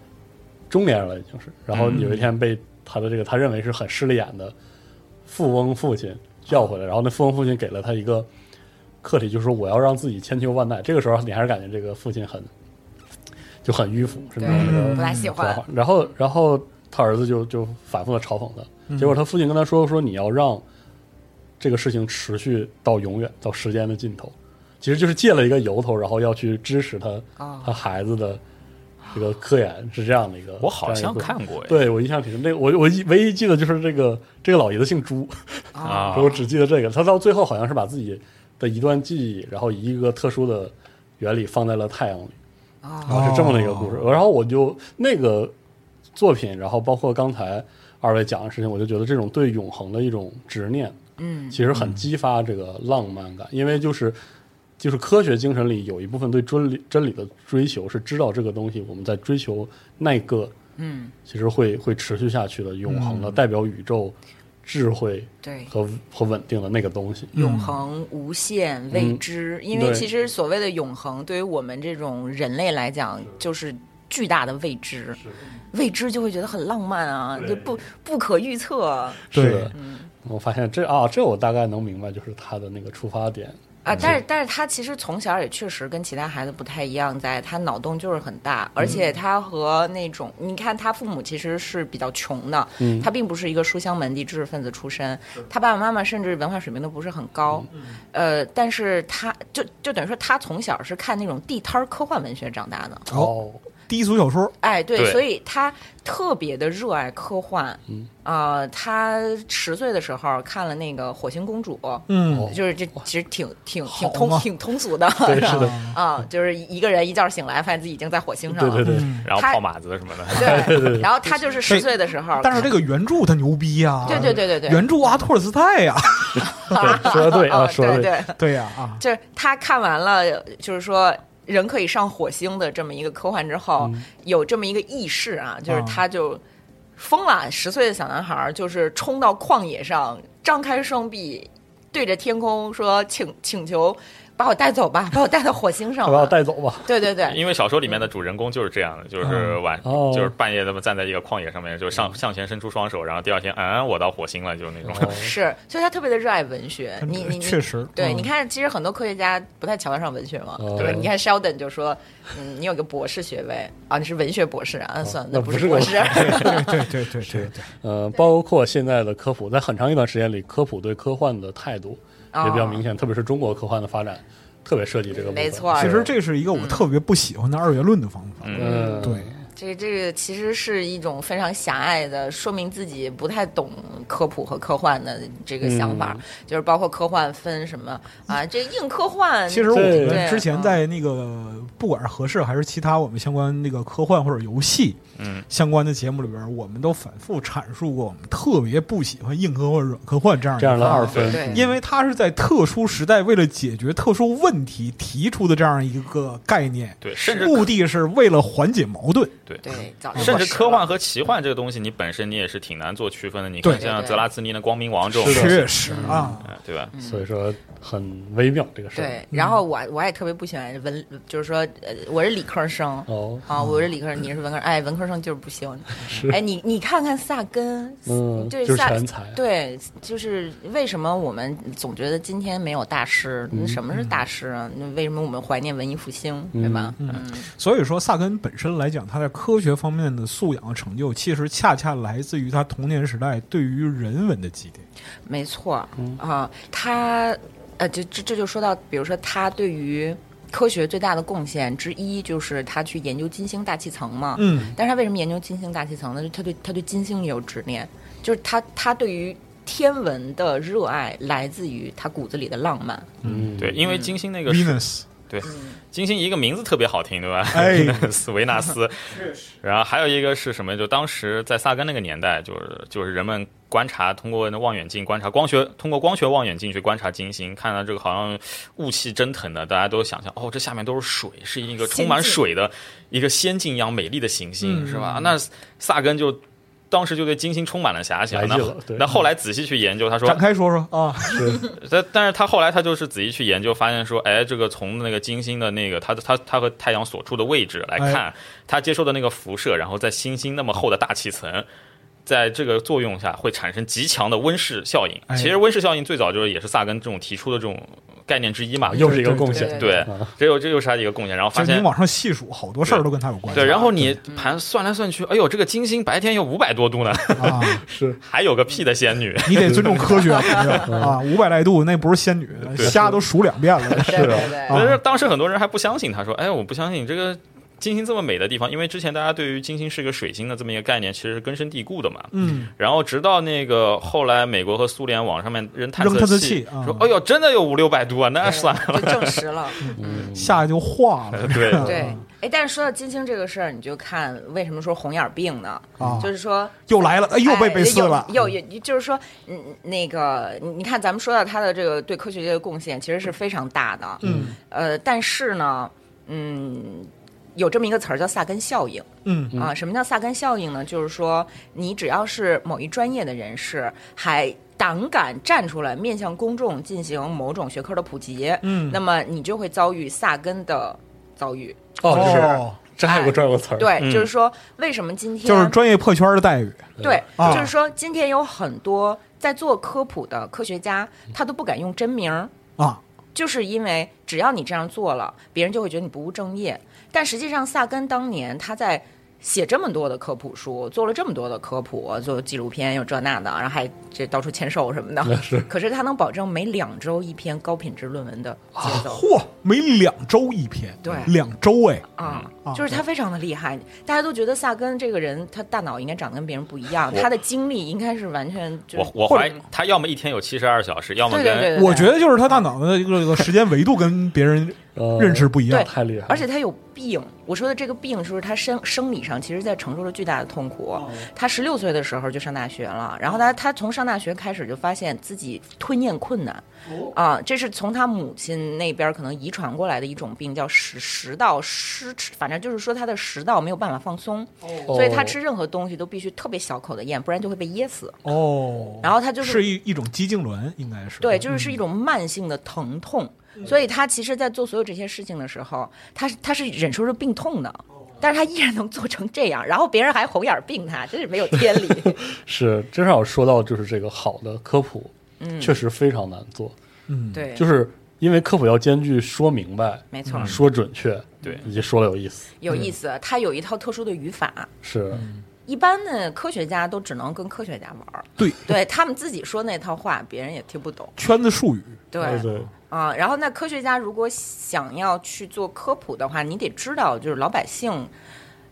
B: 中年人了，已经是。然后有一天被他的这个他认为是很势利眼的富翁父亲叫回来，然后那富翁父亲给了他一个课题，就是说我要让自己千秋万代。这个时候你还是感觉这个父亲很就很迂腐，是
D: 对
B: 那种那个。，
D: 不太喜欢。
B: 然后，然后他儿子就就反复的嘲讽
E: 嗯
B: 他，结果他父亲跟他说说你要让这个事情持续到永远，到时间的尽头，其实就是借了一个由头，然后要去支持他、
D: 哦
B: 他孩子的这个科研是这样的一个。
E: 我好像
B: 这样一个故事。
E: 看过哎
B: 对我印象挺深，那个我我一唯一记得就是这个这个老爷子姓朱，
E: 啊
B: 所以我只记得这个。他到最后好像是把自己的一段记忆，然后以一个特殊的原理放在了太阳里。
D: 啊，
B: 啊，是这么的一个故事。然后我就那个作品，然后包括刚才二位讲的事情，我就觉得这种对永恒的一种执念，
D: 嗯，
B: 其实很激发这个浪漫感，因为就是就是科学精神里有一部分对真理真理的追求，是知道这个东西我们在追求那个，
D: 嗯，
B: 其实会会持续下去的，永恒的，代表宇宙智慧
D: 对。
B: 和和稳定的那个东西。
D: 永恒、无限、未
B: 嗯
D: 知，因为
B: 对
D: 其实所谓的永恒，对于我们这种人类来讲，就是巨大的未知，未知就会觉得很浪漫啊，就不不可预测。
B: 是
C: 对
B: 的，
D: 嗯
B: 我发现这啊，这我大概能明白，就是他的那个出发点。
D: 啊，但是但是他其实从小也确实跟其他孩子不太一样，在他脑洞就是很大，而且他和那种、你看他父母其实是比较穷的，
B: 嗯
D: 他并不是一个书香门第知识分子出身，他爸爸妈妈甚至文化水平都不是很高，呃，但是他就就等于说他从小是看那种地摊儿科幻文学长大的，
B: 哦，
C: 低俗小说，
D: 哎，对，
E: 对
D: 所以他特别的热爱科幻，
B: 嗯
D: 呃，他十岁的时候看了那个《火星公主》。
C: 嗯
B: 哦
D: 就是这其实挺挺挺
C: 好嘛
D: 通挺通俗的，
B: 对，是的，
D: 啊，就是一个人一觉醒来，发现自己已经在火星上
B: 对
D: 了。
B: 对对。
C: 嗯
E: 然后
D: 他
E: 泡马子什么的，
D: 对然后他就是十岁的时候，
C: 但是这个原著它牛逼呀，
D: 对对对对对
C: 原著阿托尔斯泰呀，
B: 对，说的对啊，
D: 啊，
B: 说的
D: 对，对，
C: 对呀啊，
D: 就是他看完了，就是说人可以上火星的这么一个科幻之后，
B: 嗯
D: 有这么一个意识啊，就是
C: 啊
D: 他就疯了，十岁的小男孩儿就是冲到旷野上，张开双臂，对着天空说：“请请求把我带走吧，把我带到火星上
B: 他
D: 吧。”
B: 把我带走吧。
D: 对对对，
E: 因为小说里面的主人公就是这样的，就是晚
B: 哦
E: 就是半夜他们站在一个旷野上面，就上向前伸出双手，然后第二天，嗯，我到火星了，就是那种。
D: 是，所以他特别的热爱文学。你你你
C: 确实
D: 对，
C: 嗯
D: 你看，其实很多科学家不太瞧得上文学嘛，
B: 哦
D: 对吧？
E: 对
D: 你看 Sheldon 就说，嗯，你有个博士学位啊，你是文学博士啊，那算了，
B: 那
D: 不
B: 不
D: 是
B: 是
D: 博
B: 个
D: 士。
C: 对对对对对对，
B: 呃，包括现在的科普，在很长一段时间里，科普对科幻的态度也
D: 哦啊
B: 比较明显，特别是中国科幻的发展，特别涉及这个部分。
D: 没错
C: 其实这是一个
D: 嗯
C: 我特别不喜欢的二元论的方法，
B: 嗯，
C: 对，
D: 这这个其实是一种非常狭隘的，说明自己不太懂科普和科幻的这个想法，就是包括科幻分什么啊，这硬科幻
C: 其实我
B: 对
C: 们之前
D: 嗯
C: 在那个不管是合适还是其他我们相关那个科幻或者游戏，嗯，相关的节目里边，我们都反复阐述过，我们特别不喜欢硬科幻、软科幻这样
B: 这样的
C: 的，
B: 二分，
D: 对
C: 因为它是在特殊时代为了解决特殊问题提出的这样一个概念，
E: 对甚至
C: 目的是为了缓解矛盾，
E: 对
D: 对，早
E: 甚至科幻和奇幻这个东西，你本身你也是挺难做区分的。你
C: 对
E: 看像泽拉兹尼的《光明王》这种，
C: 确实啊，
E: 嗯对吧？
B: 所以说很微妙这个事儿。
D: 对，
C: 嗯
D: 然后我我也特别不喜欢文，就是说，呃，我是理科生。
B: 哦，
D: 啊，我是理科生，你是文科，哎，文科生就是不行。哎，你你看看萨根，
B: 嗯，
D: 对
B: 就是
D: 萨
B: 全才，
D: 对，就是为什么我们总觉得今天没有大师？
B: 嗯
D: 那什么是大师啊？那为什么我们怀念文艺复兴，对吧？嗯，
C: 所以说，萨根本身来讲，他在科学方面的素养和成就，其实恰恰来自于他童年时代对于人文的积淀。
D: 没错啊、
B: 嗯
D: 他呃，就这这就说到，比如说他对于科学最大的贡献之一，就是他去研究金星大气层嘛。
C: 嗯，
D: 但是他为什么研究金星大气层呢？就是他对他对金星也有执念，就是他他对于天文的热爱来自于他骨子里的浪漫。
B: 嗯，
E: 对，，因为金星那个是
C: Venus，
E: 对，金星一个名字特别好听，对吧？
C: 哎
E: 斯 维纳斯。然后还有一个是什么？就当时在萨根那个年代，就是就是人们观察，通过那望远镜观察光学，通过光学望远镜去观察金星，看到这个好像雾气蒸腾的，大家都想象哦，这下面都是水，是一个充满
D: 仙境
E: 水的一个仙境一样美丽的行星，
C: 嗯
E: 是吧？那萨根就。当时就对金星充满了遐想，
B: 来
E: 那
B: 劲了对
E: 那后来仔细去研究，他说
C: 展开说说啊，
E: 但但是他后来他就是仔细去研究，发现说，哎，这个从那个金星的那个它它它和太阳所处的位置来看，它接受的那个辐射，然后在星星那么厚的大气层，在这个作用下会产生极强的温室效应。
C: 哎
E: 其实温室效应最早就是也是萨根这种提出的这种概念之一嘛，
B: 啊又是一个贡献，啊
D: 对
E: 对，这又这又是他的一个贡献。然后发
C: 就是
E: 现
C: 你往上细数，好多事儿都跟他有关系。
E: 对，然后你盘算来算去，哎呦，这个金星白天有五百多度呢，
C: 啊，
B: 是
E: 还有个屁的仙女。
C: 你得尊重科 学啊朋友啊，五百来度那不是仙女，虾都数两遍 了。
D: 对对对。
C: 啊
E: 但是当时很多人还不相信，他说：“哎，我不相信这个金星这么美的地方，因为之前大家对于金星是一个水星的这么一个概念，其实是根深蒂固的嘛。
C: 嗯，
E: 然后直到那个后来美国和苏联往上面扔探
C: 扔探测
E: 测
C: 器啊
E: 说：‘哎呦，真的有五六百度啊，那算了。
D: 就证实了，
C: 嗯
B: 嗯
C: 下来就化了。
E: 对
C: 嗯
D: 对，哎，但是说到金星这个事儿，你就看为什么说红眼病呢？
C: 啊
D: 就是说
C: 又来了，哎，又被被
D: 哎
C: 刺
D: 又
C: 了。
D: 又又就是说，嗯，那个你你看，咱们说到他的这个对科学界的贡献，其实是非常大的。
C: 嗯
D: 呃，但是呢，嗯，有这么一个词儿叫萨根效应。
C: 嗯
D: 啊，什么叫萨根效应呢？就是说，你只要是某一专业的人士，还胆敢站出来面向公众进行某种学科的普及，
C: 嗯
D: 那么你就会遭遇萨根的遭遇。
B: 哦，是，这还有个专有词儿，
D: 对，
E: 嗯
D: 就是说，为什么今天
C: 就是专业破圈的待遇。
D: 对，
C: 啊
D: 就是说，今天有很多在做科普的科学家，他都不敢用真名儿，
C: 啊，
D: 就是因为只要你这样做了，别人就会觉得你不务正业。但实际上，萨根当年他在写这么多的科普书，做了这么多的科普，做纪录片有这那的，然后还这到处签售什么的。
B: 是
D: 可是他能保证每两周一篇高品质论文的
E: 啊
D: 节奏
C: 嚯，每两周一篇，
D: 对
C: 两周哎，
D: 啊
C: 啊
D: 就是他非常的厉害。大家都觉得萨根这个人，他大脑应该长得跟别人不一样，
E: 我
D: 他的精力应该是完全就
E: 我我怀疑他要么一天有七十二小时，要么
D: 对
E: 跟
D: 对对，对
C: 我觉得就是他大脑的一个一个时间维度跟别人
B: 呃
C: 认识不一样
D: 对。
B: 太厉害了，
D: 而且他有病。我说的这个病，就是他生生理上其实在承受着巨大的痛苦。他十六岁的时候就上大学了，然后他他从上大学开始就发现自己吞咽困难，啊，这是从他母亲那边可能遗传过来的一种病，叫食食道失弛，反正就是说他的食道没有办法放松，所以他吃任何东西都必须特别小口的咽，不然就会被噎死。
C: 哦，
D: 然后他就是
C: 是一一种肌痉挛，应该是
B: 嗯
D: 对，就是是一种慢性的疼痛。所以他其实，在做所有这些事情的时候，他是他是忍受着病痛的，但是他依然能做成这样，然后别人还红眼儿病他，真是没有天 理。
B: 是，真让我说到就是这个好的科普，嗯，确实非常难做，
D: 对，
B: 嗯就是因为科普要兼具说明白、
D: 没错，
B: 说嗯准确，
E: 对
B: 以及说的有意思，
D: 有意思。他有一套特殊的语法，
B: 是
D: 一般的科学家都只能跟科学家玩 儿，
C: 对
D: 对他们自己说那套话，别人也听不懂。
C: 圈子术语。
B: 对对，
D: 啊、然后那科学家如果想要去做科普的话，你得知道就是老百姓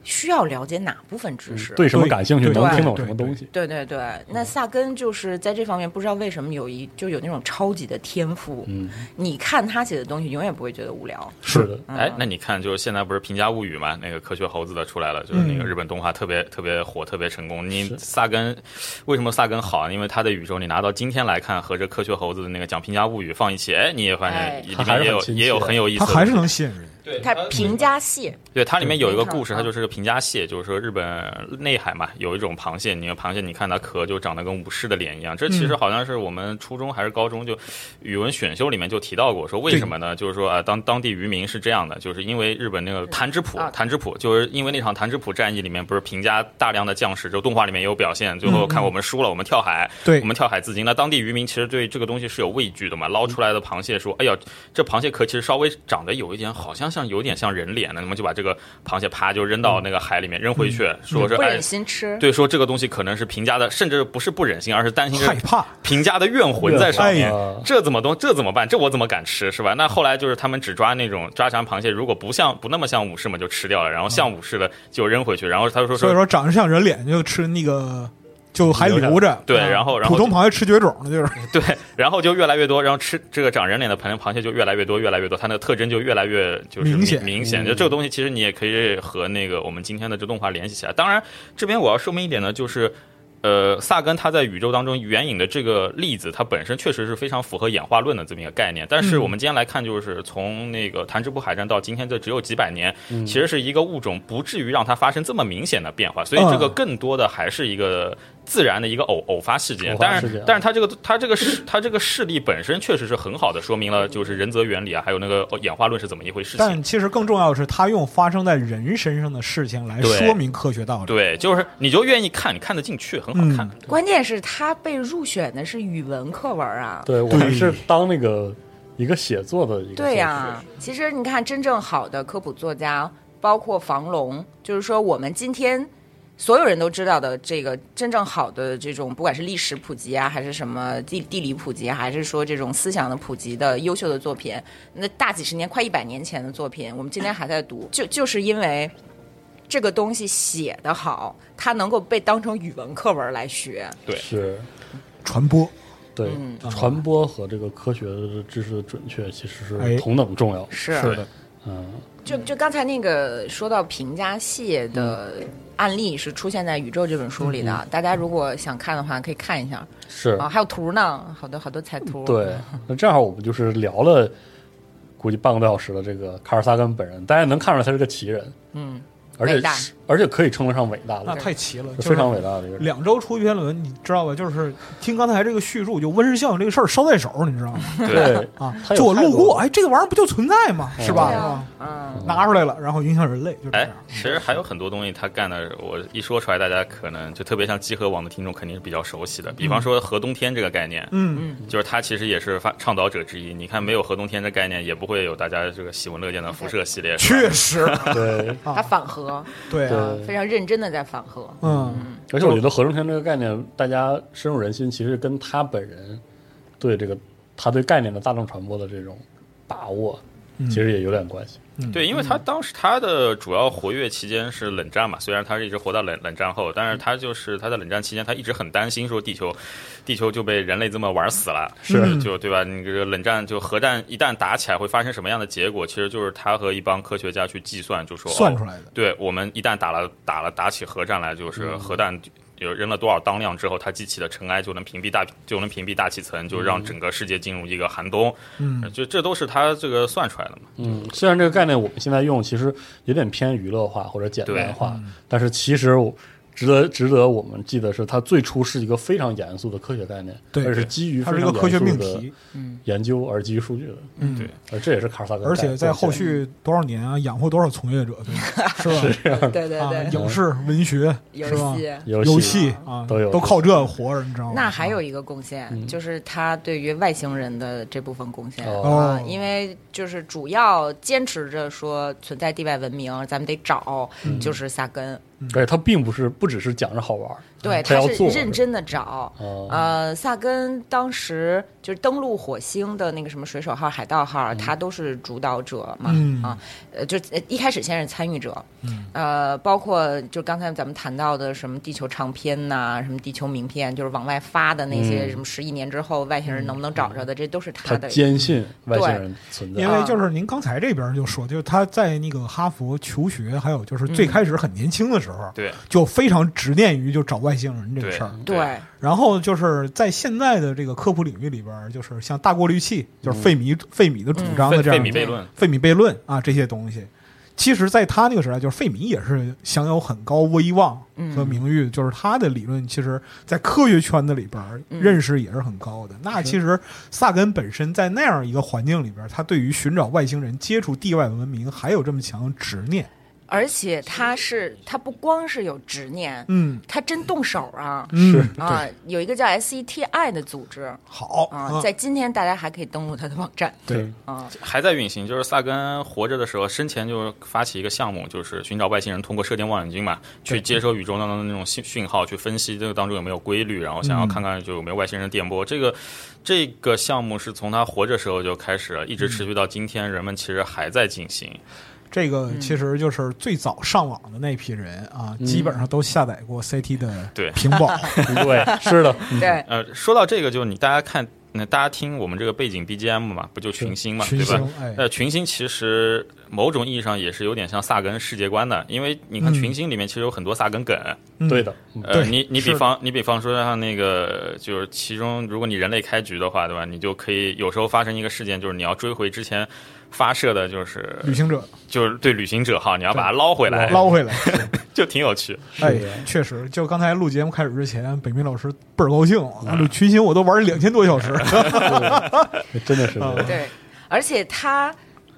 D: 需要了解哪部分知识。
B: 嗯对什么感兴趣，
C: 对
B: 能
D: 对
B: 听懂
C: 对
B: 什么东西，
D: 对对对，那萨根就是在这方面不知道为什么有一就有那种超级的天赋。嗯，你看他写的东西，永远不会觉得无聊。
B: 是的，
E: 哎，那你看，就是现在不是《平家物语》嘛，那个科学猴子的出来了，就是那个日本动画特别、特别火，特别成功。你萨根为什么萨根好？因为它的宇宙你拿到今天来看，和这科学猴子的那个讲《平家物语》放一起，哎，你也发
D: 哎
E: 现里
B: 它还是
E: 面也有
B: 很亲切
E: 也有很有意
C: 他
E: 思的，
C: 还是能吸引人，
E: 对
D: 他评价蟹，
E: 对它里面有一个故事，
D: 嗯
E: 它就是评价蟹，就是说日本内海嘛，有一种螃蟹，你看螃蟹，你看它壳就长得跟武士的脸一样。这其实好像是我们初中还是高中就语文选修里面就提到过，说为什么呢？就是说啊，当当地渔民是这样的，就是因为日本那个弹之浦
D: 啊，
E: 弹之浦就是因为那场弹之浦战役里面不是平家大量的将士，就动画里面也有表现，最后看我们输了，我们跳海，
C: 对
E: 我们跳海自尽。那当地渔民其实对这个东西是有畏惧的嘛，捞出来的螃蟹说，哎呀，这螃蟹壳其实稍微长得有一点，好像像有点像人脸呢，那么就把这个螃蟹啪就扔到那个海里面，扔
C: 嗯
E: 回去，说是
D: 不
E: 哎
D: 忍，心吃。
E: 对，说这个东西可能是平家的，甚至不是不忍心，而是担心是
C: 害怕，
E: 平家的怨魂在上面
B: 怨魂啊，
E: 这怎么东这怎么办？这我怎么敢吃是吧？那后来就是他们只抓那种抓啥螃蟹，如果不像不那么像武士嘛，就吃掉了，然后像武士的就扔回去，然后他说
C: 所以
E: 说。
C: 说长得像人脸就吃那个，就还留着。
E: 对
C: 啊
E: 然后然后
C: 普通螃蟹吃绝种了，就是
E: 对，然后就越来越多，然后吃这个长人脸的螃螃蟹就越来越多，越来越多，它那个特征就越来越就是
C: 明显
E: 明
B: 嗯
E: 显。就这个东西，其实你也可以和那个我们今天的这动画联系起来。当然，这边我要说明一点呢，就是。呃，萨根他在宇宙当中援引的这个例子，它本身确实是非常符合演化论的这么一个概念。但是
B: 嗯
E: 我们今天来看，就是从那个弹指浦海战到今天，这只有几百年，
B: 嗯
E: 其实是一个物种不至于让它发生这么明显的变化。所以这个
C: 嗯
E: 更多的还是一个自然的一个偶偶发事件。
B: 偶发
E: 但
B: 事件
E: 是，但是它这个它这个事它这个事例本身确实是很好的说明了就是人则原理啊，还有那个演化论是怎么一回事情
C: 但。其实更重要的是，他用发生在人身上的事情来
E: 对
C: 说明科学道理。
E: 对，就是你就愿意看，你看得进去，很好看。
D: 关键是他被入选的是语文课文啊。
B: 对，我
C: 对
B: 们是当那个一个写作的一个
D: 对呀、
B: 形式
D: 其实你看，真正好的科普作家，包括房龙，就是说我们今天所有人都知道的这个真正好的这种，不管是历史普及啊，还是什么地地理普及，啊还是说这种思想的普及的优秀的作品，那大几十年、快一百年前的作品，我们今天还在读，就就是因为。这个东西写得好，它能够被当成语文课文来学。
B: 是
C: 传播，
B: 对、
D: 嗯
B: 传播和这个科学知识的准确其实
C: 哎
B: 是同等重要。
D: 是
C: 是的，
B: 嗯，
D: 就就刚才那个说到评价蟹的案例是出现在《宇宙》这本书里的，大家如果想看的话，可以看一下
B: 是
D: 啊，还有图呢，好多好多彩图。
B: 对，那正好我们就是聊了估计半个多小时的这个卡尔萨根本人，大家能看出来他是个奇人，
D: 嗯，
B: 而
D: 伟
B: 且
D: 大
B: 是而且可以称得上伟大
C: 那
B: 的，
C: 太奇了，
B: 是
C: 就是
B: 非常伟大的一个人。
C: 两周出一篇论文，你知道吧？就是听刚才这个叙述，就温室效应这个事儿捎带手，你知道吗？
E: 对，
B: 对
C: 啊
B: 它，有哎
C: 就我
B: 太
C: 路
B: 多
C: 过，
B: 了
C: 哎，这个玩意儿不就存在吗？是吧？
D: 对
C: 啊
D: 啊，嗯，
C: 拿出来了，然后影响人类，就这
E: 哎
C: 样。，
B: 啊
E: 其实还有很多东西他干的，我一说出来，大家可能就特别像集合网的听众肯定是比较熟悉的。比方说核冬天这个概念，
C: 嗯，
E: 就是他其实也是发倡导者之一。你看，没有核冬天这概念，也不会有大家这个喜闻乐见的辐射系列。是吧
C: 嗯确实，
B: 对，
D: 他反核，
C: 对啊，
B: 对
D: 非常认真的在反核。
C: 嗯，
B: 而且我觉得合成天这个概念，大家深入人心，其实跟他本人对这个他对概念的大众传播的这种把握，
C: 嗯
B: 其实也有点关系。
E: 对，因为他当时他的主要活跃期间是冷战嘛，虽然他是一直活到冷冷战后，
C: 嗯
E: 但是他就是他在冷战期间，他一直很担心说地球，地球就被人类这么玩死了，嗯
B: 是
E: 就对吧？你这个冷战就核战一旦打起来会发生什么样的结果？其实就是他和一帮科学家去计算，就说
B: 嗯
C: 算出
E: 哦
C: 来的。
E: 对我们一旦打了打了打起核战来，
C: 嗯
E: 就是核弹有扔了多少当量之后，它激起的尘埃就能屏蔽大就能屏蔽大气层，就让整个世界进入一个寒冬。
C: 嗯，
E: 就这都是他这个算出来的嘛。
B: 嗯，虽然这个概念我们现在用其实有点偏娱乐化或者简单化，但是其实我值得值得我们记得是，它最初是一个非常严肃的科学概念，
C: 对
B: 而是基于
C: 它
B: 非
C: 是一
B: 常
C: 个科学命
B: 严肃的
C: 题，
B: 研究而基于数据的，
C: 嗯，
E: 对
B: 而这也是卡尔萨根，
C: 而且在后续多少年啊，养活多少从业者，对 吧是吧？
D: 对对
C: 啊，
D: 对，
C: 影视、文学
D: 游
C: 是吧？
D: 戏。
B: 游
C: 游戏啊，
B: 都有
C: 都靠这活着，你知道吗？
D: 那还有一个贡献，就是他对于外星人的这部分贡
C: 嗯
D: 献、
B: 哦
D: 啊，因为就是主要坚持着说存在地外文明，咱们得找，就是萨根，
B: 而且它并不是不只是讲着好玩儿，嗯
D: 对，
B: 它
D: 他
B: 要
D: 是
B: 做
D: 认真的找。
B: 哦
D: 呃，萨根当时就是登陆火星的那个什么水手号、海盗号，他都是主导者嘛，
C: 嗯
D: 啊，呃，就呃一开始先是参与者，呃，包括就刚才咱们谈到的什么地球唱片呐、什么地球名片，就是往外发的那些
B: 嗯
D: 什么十亿年之后外星人能不能找着的，这都是他
B: 他
D: 的。
B: 坚信外星
D: 对
B: 人存在
C: 因。为就是您刚才这边就说，就是他在那个哈佛求学，还有就是
D: 嗯
C: 最开始很年轻的时候，
E: 对
C: 就非常执念于就找外星人这个
E: 对
C: 事儿。
D: 对，
C: 然后就是在现在的这个科普领域里边儿，就是像
B: 嗯
C: 大过滤器，就是费米费米的主张的
E: 费
C: 这
E: 费
C: 样
E: 米
C: 的
E: 悖论，
C: 费米悖论啊这些东西，其实，在他那个时代，就是费米也是享有很高威望
D: 嗯
C: 和名誉，就是他的理论，其实，在科学圈子里边儿
D: 嗯
C: 认识也是很高的。那其实萨根本身在那样一个环境里边儿，他对于寻找外星人、接触地外文明，还有这么强的执念。
D: 而且他是他不光是有执念，
C: 嗯
D: 他真动手啊。
C: 嗯，
D: 啊，有一个叫 SETI 的组织
C: 好嗯
D: 啊，在今天大家还可以登录他的网站
B: 对，
D: 啊。
E: 还在运行，就是萨根活着的时候，生前就发起一个项目，就是寻找外星人，通过射电望远镜嘛，去接收宇宙当中的那种信讯号，去分析这个当中有没有规律，然后想要看看就有没有外星人电波。这个这个项目是从他活着时候就开始了，一直持续到今天，人们其实还在进行。
C: 这
D: 嗯
C: 个其实就是最早上网的那批人啊，基本上都下载过 CT 的
E: 嗯对
C: 屏保。
B: 对，是的，嗯
D: 对，
E: 呃，说到这个，就是你大家看，那大家听我们这个背景 BGM 嘛，不就群星嘛，
C: 群
E: 对吧
C: 星？，哎，
E: 呃，群星其实某种意义上也是有点像萨根世界观的，因为你看
C: 嗯
E: 群星里面其实有很多萨根梗，
C: 嗯
B: 对的，嗯
E: 呃，
C: 对
E: 你你
C: 是
E: 比
C: 的
E: 方你比方说像那个，就是其中如果你人类开局的话，对吧？你就可以有时候发生一个事件，就是你要追回之前发射的，就是
C: 旅行者
E: 就是对旅行者号，你要把它捞回来，
C: 捞回来。
E: 就挺有趣。
C: 哎
B: 是的，
C: 确实，就刚才录节目开始之前，北明老师倍儿高兴，啊，这群星我都玩两千多小时。
B: 真的是这样
C: 啊
D: 对，而且他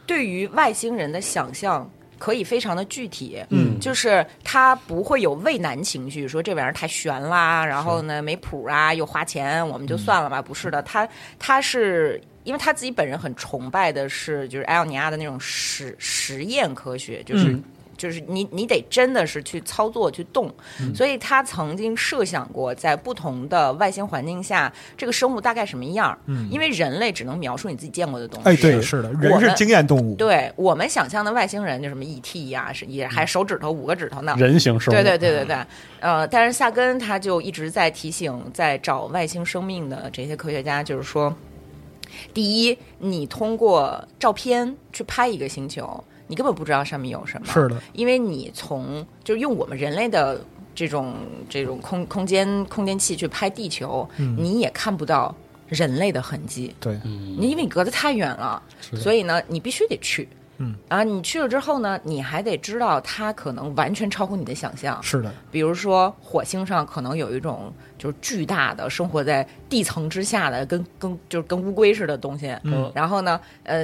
D: 对于外星人的想象可以非常的具体，
C: 嗯
D: 就是他不会有畏难情绪，说这玩意儿太悬啦，然后呢没谱啊，又花钱，我们就算了吧。不是的，他他是。因为他自己本人很崇拜的是，就是艾奥尼亚的那种实实验科学，就是、
C: 嗯
D: 就是你你得真的是去操作去动，
C: 嗯
D: 所以他曾经设想过，在不同的外星环境下，这个生物大概什么样儿。嗯，因为人类只能描述你自己见过的东西。
C: 哎，对，是的，人
D: 我
C: 是
D: 们
C: 经验动物。
D: 对我们想象的外星人就什么 ET 呀、是
C: 嗯
D: 也还手指头五个指头呢。
B: 人形生物，
D: 对对对对对，呃，但是萨根他就一直在提醒，在找外星生命的这些科学家，就是说，第一，你通过照片去拍一个星球，你根本不知道上面有什么，
C: 是的，
D: 因为你从就是用我们人类的这种这种空空间空间器去拍地球，
C: 嗯
D: 你也看不到人类的痕迹，
C: 对，
D: 你因为你隔得太远了，所以呢，你必须得去。
C: 嗯，
D: 啊，你去了之后呢，你还得知道它可能完全超乎你的想象。
C: 是的，
D: 比如说，火星上可能有一种就是巨大的生活在地层之下的，跟跟就是跟乌龟似的东西。
C: 嗯
D: 然后呢，呃，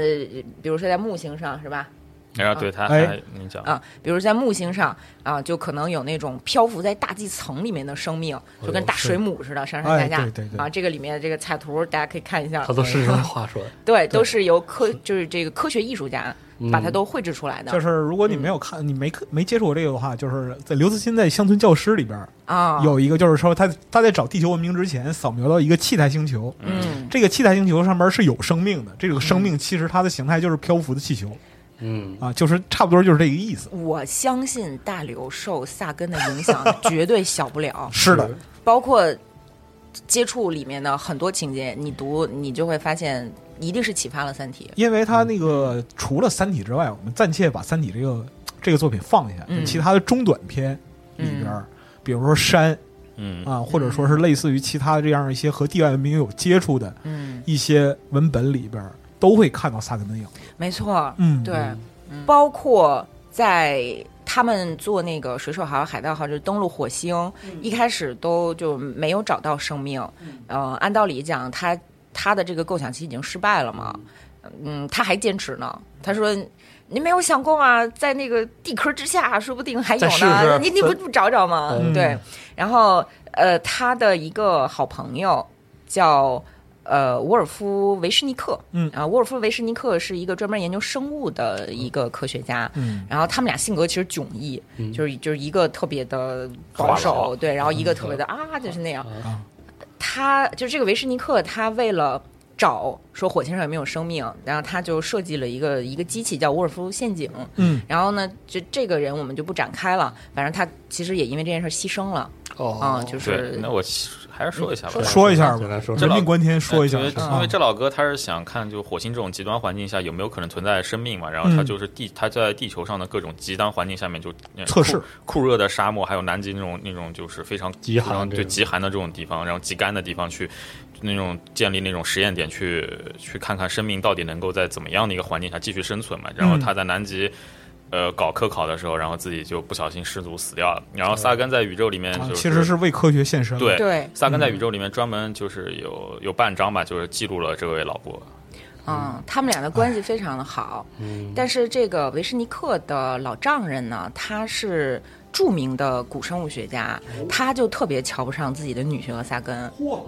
D: 比如说在木星上是吧？
E: 然后对他，
C: 哎
E: 还你讲，
D: 啊，比如在木星上啊，就可能有那种漂浮在大气层里面的生命，就跟大水母似的，上上下下。
C: 哦哎对对对
D: 啊，这个里面的这个彩图大家可以看一下。
B: 他都是这么画出来，
D: 对，都是由科就是这个科学艺术家嗯把它都绘制出来的。
C: 嗯就是如果你没有看，你没没接触过这个的话，就是在刘慈欣在《乡村教师》里边儿
D: 啊，
C: 有一个，就是说他他在找地球文明之前，扫描到一个气态星球，
D: 嗯，
C: 这个气态星球上面是有生命的，这个生命其实它的形态就是漂浮的气球
B: 嗯，
C: 啊，就是差不多就是这个意思。
D: 我相信大刘受萨根的影响绝对小不了，
C: 是的，
D: 包括接触里面的很多情节，你读你就会发现，一定是启发了《三体
C: 因为它那个除了《三体》之外，我们暂且把《三体》这个这个作品放下，
D: 嗯
C: 其他的中短篇里边儿，比如说山
E: 嗯，
C: 啊，或者说是类似于其他这样一些和地外文明有接触的》。
D: 嗯，
C: 一些文本里边儿，都会看到萨根的影子。
D: 没错，
C: 嗯，
D: 对，包括在他们做那个水手号、海盗号，就是登陆火星，一开始都就没有找到生命。呃，按道理讲，他他的这个构想期已经失败了嘛。嗯，他还坚持呢。他说：“你没有想过吗？在那个地壳之下，说不定还有呢。
B: 再试试
D: 你你不不找找吗？
C: 嗯
D: 对。然后呃，他的一个好朋友叫呃沃尔夫维什尼克，
C: 嗯
D: 啊，沃尔夫维什尼克是一个专门研究生物的一个科学家，
C: 嗯，
D: 然后他们俩性格其实迥异，就是就是一个特别的保
E: 话
D: 守，
E: 痨
D: 对，然后一个特别的啊，就是那样
C: 啊。
D: 他就这个维什尼克，他为了找说火星上有没有生命，然后他就设计了一个一个机器叫沃尔夫陷阱，
C: 嗯，
D: 然后呢，就这个人我们就不展开了，反正他其实也因为这件事儿牺牲了啊，
B: 哦，
D: 就是
E: 对
D: 是，
E: 那我还是说一下吧，
C: 说一下
B: 简
C: 吧，
B: 单说
E: 这
C: 人
E: 老
C: 命关天，说一下
E: 因为
C: 吧。
E: 哎因为这老哥他是想看，就火星这种极端环境下有没有可能存在生命嘛？然后他
C: 嗯
E: 就是地，他在地球上的各种极端环境下面就呃
C: 测试
E: 酷酷热的沙漠，还有南极那种那种就是非常
B: 极寒
E: 非常
B: 这
E: 对
B: 种
E: 极寒的这种地方，然后极干的地方去那种建立那种实验点
C: 嗯
E: 去去看看生命到底能够在怎么样的一个环境下继续生存嘛？然后他在南极。呃搞科考的时候，然后自己就不小心失足死掉了。然后萨根在宇宙里面
C: 啊
E: 就
C: 其实是为科学献身了。
E: 对
D: 对，
E: 萨
C: 嗯
E: 根在宇宙里面专门就是有有半章吧，就是记录了这位老伯。
D: 嗯，他们俩的关系非常的好。
E: 哎
B: 嗯，
D: 但是这个维什尼克的老丈人呢，他是著名的古生物学家，
E: 哦
D: 他就特别瞧不上自己的女婿和萨根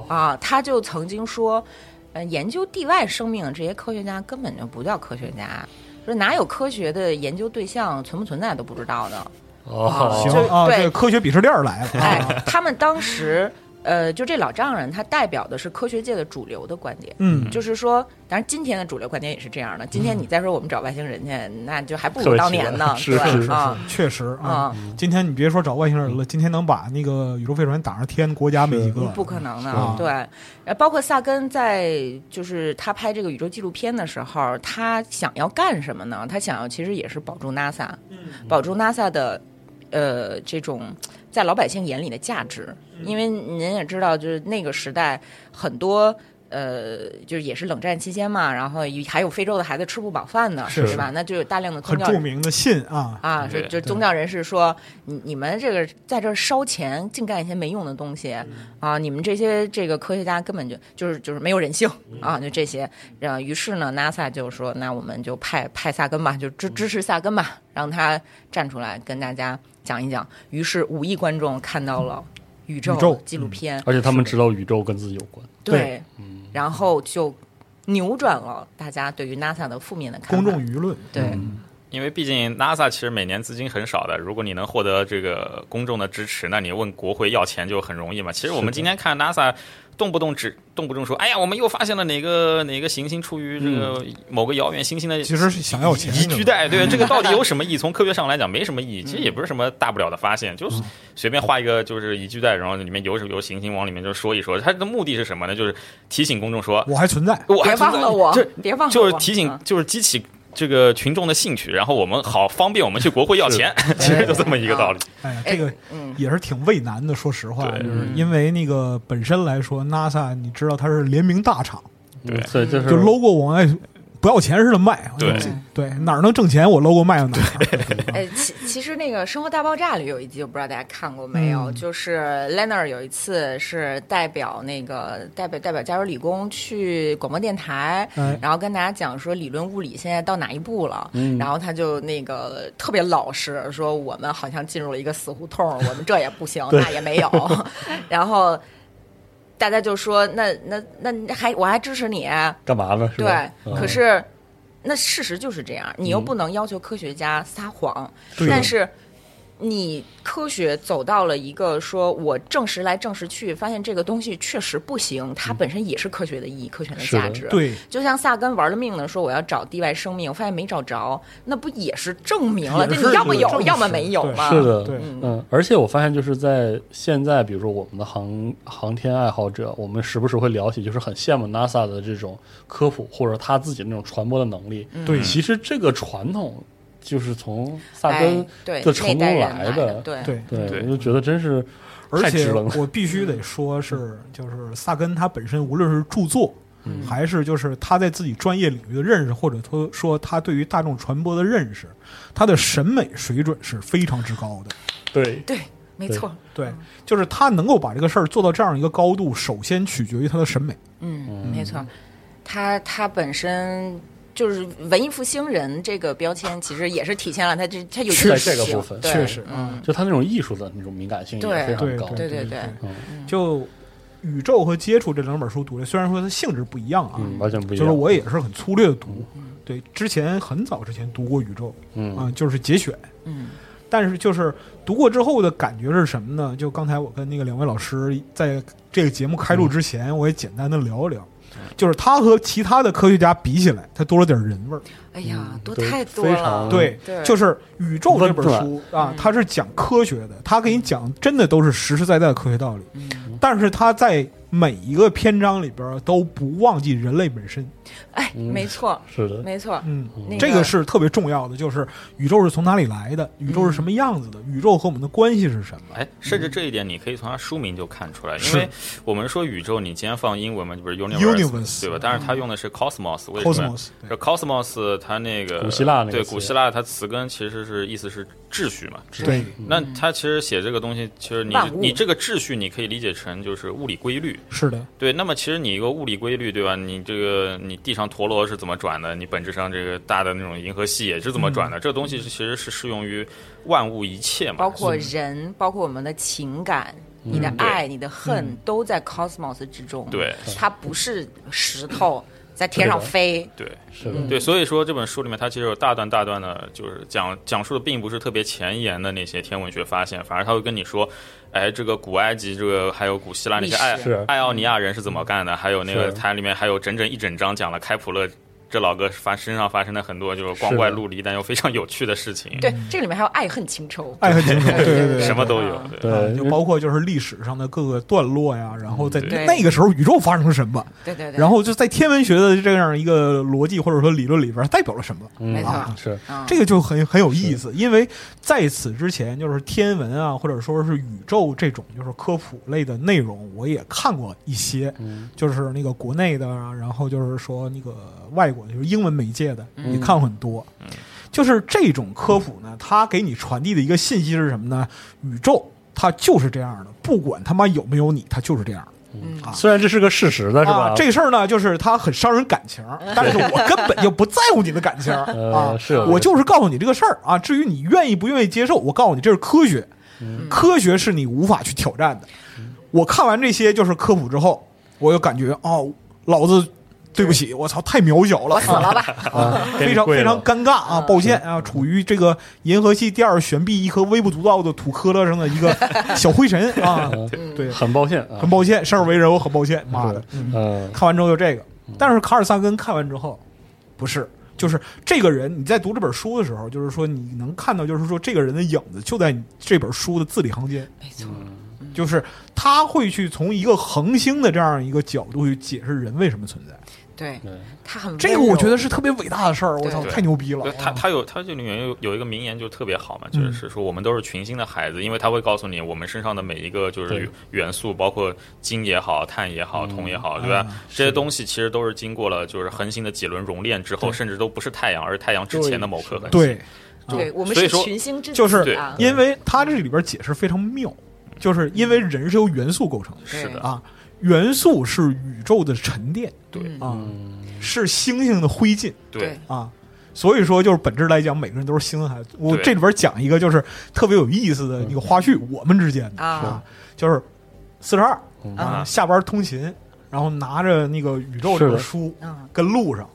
D: 啊，他就曾经说，呃，研究地外生命的这些科学家根本就不叫科学家。说哪有科学的研究对象存不存在都不知道的，
B: 哦，
D: 就
C: 行啊，
D: 对
C: 这个科学鄙视链儿来 了。
D: 哎
C: 啊，
D: 他们当时，呃，就这老丈人，他代表的是科学界的主流的观点，
C: 嗯，
D: 就是说，当然今天的主流观点也是这样的。今天你再说我们找外星人去，那就还不
B: 特
D: 如
B: 别
D: 当
B: 奇
D: 年
B: 怪
D: 呢，
B: 是
D: 对
B: 是是
D: 啊
C: 确实啊
D: 啊，，
C: 今天你别说找外星
E: 嗯
C: 人了，今天能把那个宇宙飞船打上天，国家没几个。
D: 嗯不可能
C: 是啊
D: 的，对。呃，包括萨根在就是他拍这个宇宙纪录片的时候，他想要干什么呢？他想要其实也是保住 NASA，保住 NASA 的呃这种在老百姓眼里的价值，因为您也知道，就是那个时代很多。呃，就是也是冷战期间嘛，然后还有非洲的孩子吃不饱饭呢，
C: 是
D: 是吧？那就有大量的宗
C: 很
D: 教
C: 著名的信啊，
D: 啊，就
E: 对
D: 就宗教人士说，你你们这个在这儿烧钱，净干一些没用的东西啊！你们这些这个科学家根本就就是就是没有人性啊！就这些，然后于是呢，NASA 就说，那我们就派派萨根吧，就支支持萨根吧，让他站出来跟大家讲一讲。于是五亿观众看到了宇
C: 宇宙
D: 宙纪录片，
B: 而且他们
D: 是
B: 知道宇宙跟自己有关，
D: 对，然后就扭转了大家对于 NASA 的负面的看
C: 公
D: 法。
C: 众舆论。
D: 对，
E: 因为毕竟 NASA 其实每年资金很少的，如果你能获得这个公众的支持，那你问国会要钱就很容易嘛。其实我们今天看 NASA，动不动只动不动说，哎呀，我们又发现了哪个哪个行星处于这个某个遥远行星的
C: 其实是想要钱
E: 宜居带，对这个到底有什 么意义？从科学上来讲，没什么意义，
C: 嗯
E: 其实也不是什么大不了的发现，就是随便画一个就是宜居带，然后里面有什么有行星往里面就说一说，它的目的是什么呢？就是提醒公众说，
C: 我还存在，
E: 我
D: 别
E: 还
D: 忘
E: 存在
D: 了我
E: 就是，
D: 别忘了
E: 就是
D: 我
E: 提醒
D: 啊，
E: 就是激起这个群众的兴趣，然后我们好方便我们去国会要钱，其实就这么一个道理。
C: 哎呀，
D: 哎
C: 这个
D: 嗯
C: 也是挺为难的。说实话，
E: 对
C: 就是因为那个本身来说，NASA 你知道它是联名大厂，
E: 对
B: 嗯所以就是
C: 就 logo 往外不要钱似的卖。
E: 对
C: 这对，哪儿能挣钱我 logo 卖到哪儿。
D: 哎，其其实那个《生活大爆炸》里有一集，我不知道大家看过没有，
C: 嗯
D: 就是 Leonard 有一次是代表那个代表代表加州理工去广播电台，
C: 哎
D: 然后跟大家讲说理论物理现在到哪一步了，
B: 嗯
D: 然后他就那个特别老实说我们好像进入了一个死胡同，我们这也 不行，那也没有， 然后。大家就说那那那那还我还支持你，
B: 干嘛呢？是吧？
D: 对，
B: 嗯
D: 可是那事实就是这样，你又
B: 嗯
D: 不能要求科学家撒谎，
C: 对
D: 但是。你科学走到了一个说，我证实来证实去，发现这个东西确实不行，它本身也是科学的意义、科学的
B: 嗯是的
D: 价值。，
C: 对，
D: 就像萨根玩了命的说我要找地外生命，我发现没找着，那不也是证明了？
C: 也
D: 就是你要么
C: 一个
D: 有，
C: 证
D: 要么
C: 实
D: 没有
C: 对
D: 嘛。
B: 是的，
C: 对
B: 嗯，而且我发现就是在现在，比如说我们的航航天爱好者，我们时不时会聊起，就是很羡慕 NASA 的这种科普或者他自己那种传播的能力。
D: 嗯
C: 对
B: 其实这个传统就是从萨
D: 哎
B: 根，
D: 对，
B: 的成
D: 那
B: 功
D: 代人
B: 来
D: 来
B: 的
D: 对，
C: 对。
B: 对，
E: 对
B: 我就觉得真是
C: 而
B: 太
C: 且
B: 值了。嗯
C: 我必须得说是，就是萨根他本身无论是著作，还是就是他在自己专业领域的认识，或者说说他对于大众传播的认识，他的审美水准是非常之高的。
B: 对，
D: 对，没
B: 对
D: 错。
C: 对，就是他能够把这个事儿做到这样一个高度，首先取决于他的审美。
D: 嗯，没错，他他本身就是文艺复兴人这个标签，其实也是体现了他这他有
B: 确
D: 个
B: 实这个部分
D: 对
C: 确实
D: 嗯，
B: 就他那种艺术的那种敏感性也
D: 对
B: 非
C: 啊对
B: 嗯常高。
D: 对
C: 对
D: 对
B: 嗯
C: 对，就。宇宙和接触这两本书读了，虽然说它性质不一样啊，
B: 嗯，完全不一
C: 就
B: 样。
C: 是我也是很粗略的读，对，之前很早之前读过《宇宙》，
B: 嗯
C: 啊、就是节选，
D: 嗯，
C: 但是就是读过之后的感觉是什么呢？就刚才我跟那个两位老师在这个节目
B: 嗯
C: 开录之前，我也简单的聊一聊，就是他和其他的科学家比起来，他多了点人味儿。
D: 哎呀，多
B: 对
D: 太
B: 嗯
D: 多
B: 非
D: 了，
B: 常嗯
C: 对，
D: 对
C: 就是《宇宙》这本
B: 温嗯
C: 书啊，它
D: 嗯
C: 是讲科学的，它给你讲真的都是实实在在的科学道理。但是它在每一个篇章里边都不忘记人类本身。
D: 哎，没错，
B: 是的，
D: 没错，
C: 嗯，
D: 那
C: 这个是特别重要的，就是宇宙是从哪里来的，
D: 嗯
C: 宇宙是什么样子的，宇宙和我们的关系是什么。
E: 哎，甚至这一点你可以从它书名就看出来，因
C: 是
E: 为我们说宇宙，你今天放英文嘛，就不是
C: Universe
E: 对吧？但是它用的是 cosmos，为什么
C: Cosmos，对
E: 这 cosmos 它那个
B: 古希腊那个
E: 对
B: 词
E: 古希腊它词根其实是意思是秩序嘛。
C: 对，
B: 嗯
E: 那它其实写这个东西，其实你
D: 万物
E: 你这个秩序，你可以理解成就是物理规律，
C: 是的，
E: 对，那么其实你一个物理规律，对吧？你这个你地上陀螺是怎么转的？你本质上这个大的那种银河系也是怎么转
B: 嗯
E: 的？这东西是其实是适用于万物一切嘛。
D: 包括人，包括我们的情感。你
C: 嗯
D: 的爱、你的恨都在 cosmos 之中。
E: 对，
D: 它不是石头在天上飞。
E: 对
B: 是
C: 嗯
B: 的，
E: 对，所以说这本书里面它其实有大段大段的，就是讲讲述的并不是特别前沿的那些天文学发现，反而他会跟你说，哎，这个古埃及这个还有古希腊那些爱
D: 历
B: 史是
E: 爱奥尼亚人是怎么干的，还有那个
B: 是
E: 它里面还有整整一整章讲了开普勒。这老哥发身上发生的很多就是光
B: 是的
E: 怪陆离但又非常有趣的事情，
D: 对，这里面还有爱恨情仇。
C: 嗯爱恨情仇，对对对，
E: 什么都有
D: 啊。
E: 对
B: 对，
C: 嗯就包括就是历史上的各个段落呀，然后在
D: 对
C: 那个时候宇宙发生了什么，
D: 对对对。
C: 然后就在天文学的这样一个逻辑或者说理论里边代表了什么。
B: 嗯
D: 没错
B: 啊是
D: 嗯
C: 这个就很很有意思，因为在此之前，就是天文啊，或者说是宇宙这种就是科普类的内容，我也看过一些，就是那个国内的啊，然后就是说那个外国的，就是英文媒介的，也看过很多。就是这种科普呢，它给你传递的一个信息是什么呢？宇宙它就是这样的，不管他妈有没有你，它就是这样的。啊
B: 虽然这是个事实，但是吧
C: 啊，，这事儿呢，就是它很伤人感情，
D: 嗯
C: 但是我根本就不在乎你的感情啊
B: 呃，是有这个
C: 我就是告诉你这个事儿啊。至于你愿意不愿意接受，我告诉你这是科学，
B: 嗯
C: 科学是你无法去挑战的。我看完这些就是科普之后，我就感觉哦，老子对不起，我操，太渺小了，
D: 嗯死了吧？嗯
B: 啊给你
C: 非常
B: 跪
C: 非常
B: 了
C: 尴尬啊！抱歉
B: 嗯
C: 啊，处于这个银河系第二悬臂一颗微不足道的土坷垃上的一个小灰尘啊，对，
B: 很抱歉啊
C: 很，抱歉，生而为人我很抱歉，妈的
B: 是。嗯
C: 看完之后就这个。但是卡尔萨根看完之后，不是，就是这个人，你在读这本书的时候，就是说你能看到，就是说这个人的影子就在你这本书的字里行间，
D: 没错，
C: 就是他会去从一个恒星的这样一个角度去解释人为什么存在。
D: 对，
C: 啊
D: 他很
C: 这个
D: 温柔
C: 我觉得是特别伟大的事儿，我操，
D: 对
C: 太牛逼了嗯
E: 就！他他有他这里面有有一个名言就特别好嘛，
B: 嗯
E: 就是说我们都是群星的孩子，因为他会告诉你我们身上的每一个就
B: 对嗯
E: 是元素，包括金也好、碳也好、铜也好，对
B: 啊
E: 吧？这些东西其实都是经过了就是恒星的几轮熔炼之后，甚至都不是太阳，而是太阳之前的某颗恒星。
C: 对，
D: 对我们
E: 所
D: 是
E: 以说
D: 群星之
C: 嗯
D: 子
C: 就是
E: 对
D: 啊，
C: 因为他这里边解释非常妙，就是因为人是由元素构成的，
D: 是的
C: 啊，元素是宇宙的沉淀，
E: 对
D: 嗯
C: 啊，是星星的灰烬，
E: 对，
C: 啊。所以说，就是本质来讲，每个人都是星星孩子。我
E: 对
C: 这里边讲一个就是特别有意思
B: 嗯
C: 的一个花絮，我们之间的
D: 啊，
C: 就是四十二
B: 嗯
C: 啊，
E: 啊
C: 下班通勤，然后拿着那个宇宙
B: 是
C: 这
B: 啊
C: 本
B: 的
C: 书
D: 嗯
C: 跟路上，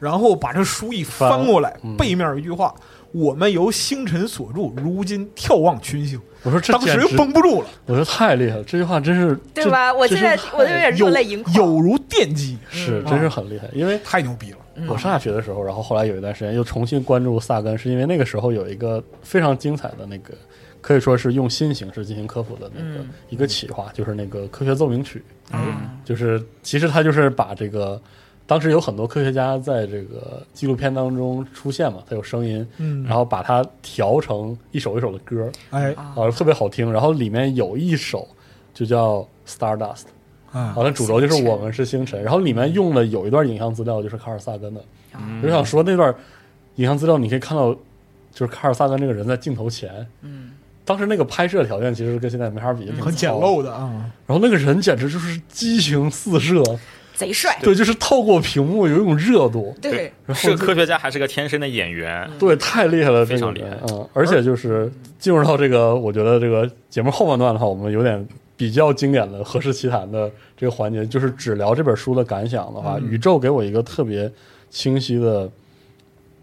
C: 然后把这书一翻过来，
B: 嗯
C: 背面有一句话：“我们由星辰所著，如今眺望群星。”
B: 我说这
C: 当
B: 简
C: 时
B: 直
C: 就，绷不住了，
B: 我说太厉害了，这句话真是
D: 对
B: 这
D: 吧？我
B: 这
D: 现在
B: 真是
D: 我都有点
C: 有
D: 热泪盈眶。
C: 哎有如电击，
B: 是
C: 嗯
B: 真是
C: 啊
B: 很厉害，因为
C: 太牛逼了。
B: 我上大学的时候，然后后来有一段时间又重新关注萨根，是因为那个时候有一个非常精彩的那个，可以说是用新形式进行科普的那个、一个企划，就是那个科学奏鸣曲，就是其实它就是把这个。当时有很多科学家在这个纪录片当中出现嘛，它有声音，
C: 嗯
B: 然后把它调成一首一首的歌，
C: 哎，
B: 啊，特别好听。然后里面有一首就叫 Stardust，
C: 啊
B: 好像主轴就是我们是星辰。然后里面用了有一段影像资料，就是卡尔萨根的。我就想说那段影像资料，你可以看到，就是卡尔萨根这个人在镜头前，嗯，当时那个拍摄条件其实跟现在没法比，
C: 很简陋。的啊，
B: 然后那个人简直就是激情四射，
D: 贼帅，
B: 对，就是透过屏幕有一种热度，
D: 对，
E: 是个科学家还是个天生的演员，
B: 嗯对，太厉害了，
E: 非常
B: 这个人
E: 厉
B: 嗯，而且就是进入到这个，我觉得这个节目后半段的话，我们有点比较经典的《何氏奇谈》的这个环节，就是只聊这本书的感想的话，
E: 嗯
B: 宇宙给我一个特别清晰的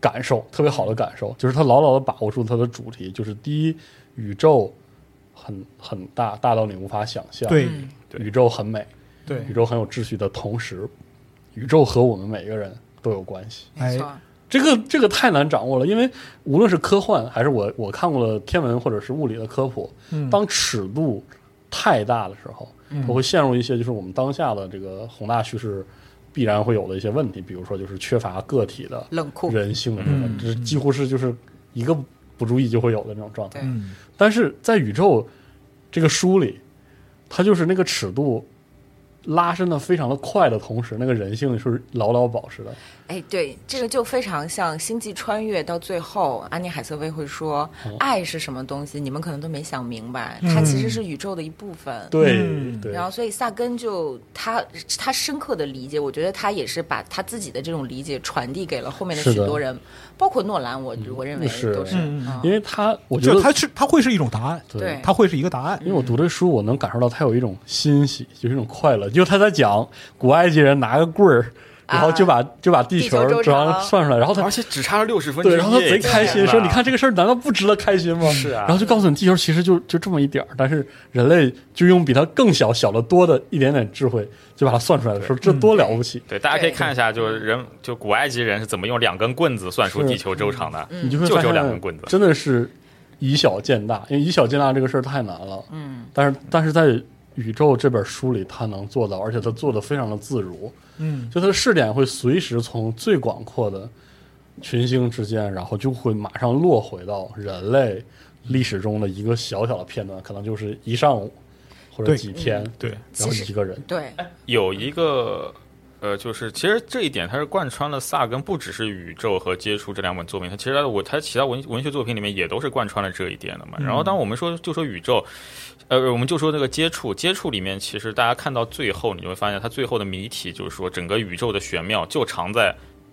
B: 感受，特别好的感受，就是他牢牢的把握住它的主题，就是第一，宇宙很很大，大到你无法想象，
C: 对
D: 嗯
E: 对
B: 宇宙很美，
C: 对
B: 宇，宙很有秩序的同时，宇宙和我们每一个人都有关系。
C: 哎
D: 没错，
B: 这个这个太难掌握了，因为无论是科幻还是我我看过了天文或者是物理的科普，
C: 嗯
B: 当尺度太大的时候，它会陷入一些就是我们当下的这个宏大叙事必然会有的一些问题，比如说就是缺乏个体的
D: 冷酷，
B: 人性的这种，
C: 嗯
B: 这几乎是就是一个不注意就会有的那种状态
D: 对。
C: 嗯
B: 但是在宇宙这个书里，它就是那个尺度拉伸的非常的快的同时，那个人性是牢牢保持的。
D: 哎，对，这个就非常像《星际穿越》到最后，安妮海瑟薇会说：“
B: 哦
D: 爱是什么东西？你们可能都没想明白，它其实是宇宙的一部分。
B: 对、
C: 嗯
B: 对
D: 然，后，所以萨根就他他深刻的理解，我觉得他也是把他自己的这种理解传递给了后面的
B: 是
D: 许
B: 的
D: 多人，包括诺兰，我我认为
B: 是
D: 都是。
C: 嗯
D: 嗯
B: 因为他我觉
C: 就
B: 得
C: 它是它会是一种答案，
D: 对
C: 它会是一个答案
B: 因。为我读这书，我能感受到他有一种欣喜，就是一种快乐。就他在讲古埃及人拿个棍儿，然后就把、就把地球
D: 地球周
B: 转
D: 长
B: 算出来，然后他
E: 而且只差了六十分之一，
B: 对，然后他贼开心，
E: 天哪
B: 说：“你看这个事儿难道不值得开心吗？”
E: 是啊
B: 然后就告诉你，地球其实就就这么一点儿，但是人类就用比它更小、小得多的一点点智慧，就把它算出来了，说这多了不起。
E: 对，大家可以看一下，就是人就古埃及人是怎么用两根棍子算出
B: 是
E: 地球周长的，
C: 嗯
B: 你就会
E: 就
B: 发
E: 只有两根
B: 现
E: 棍子，
B: 真的是以小见大，因为以小见大这个事儿太难了。嗯，但是但是在宇宙这本书里，他能做到，而且他做的非常的自如。
C: 嗯，
B: 就它的视点会随时从最广阔的群星之间，然后就会马上落回到人类历史中的一个小小的片段，可能就是一上午或者
C: 对
B: 几天，
C: 嗯对，
B: 然后一个人，
D: 对，
E: 有一个。呃，就是其实这一点，它是贯穿了萨根，不只是《宇宙》和《接触》这两本作品，它其实它我它其他文文学作品里面也都是贯穿了这一点的嘛。然后，当我们说就说《宇宙》，呃，我们就说这个《接触》，《接触》里面其实大家看到最后，你就会发现它最后的谜题就是说，整个宇宙的玄妙就藏在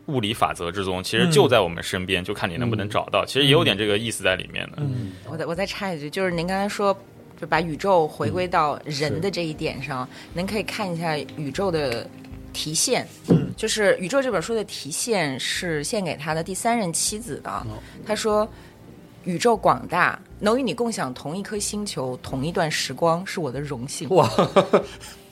E: 物理法则之中，其实就在我们身边，就看你能不能找到。其实也有点这个意思在里面的。
D: 我再我再插一句，就是您刚才说，就把宇宙回
B: 嗯
D: 归到人的这一点上，您可以看一下宇宙的提现，
B: 嗯
D: 就是《宇宙》这本书的提现是献给他的第三任妻子的。
B: 哦
D: 他说：“宇宙广大，能与你共享同一颗星球、同一段时光，是我的荣幸。”
B: 哇，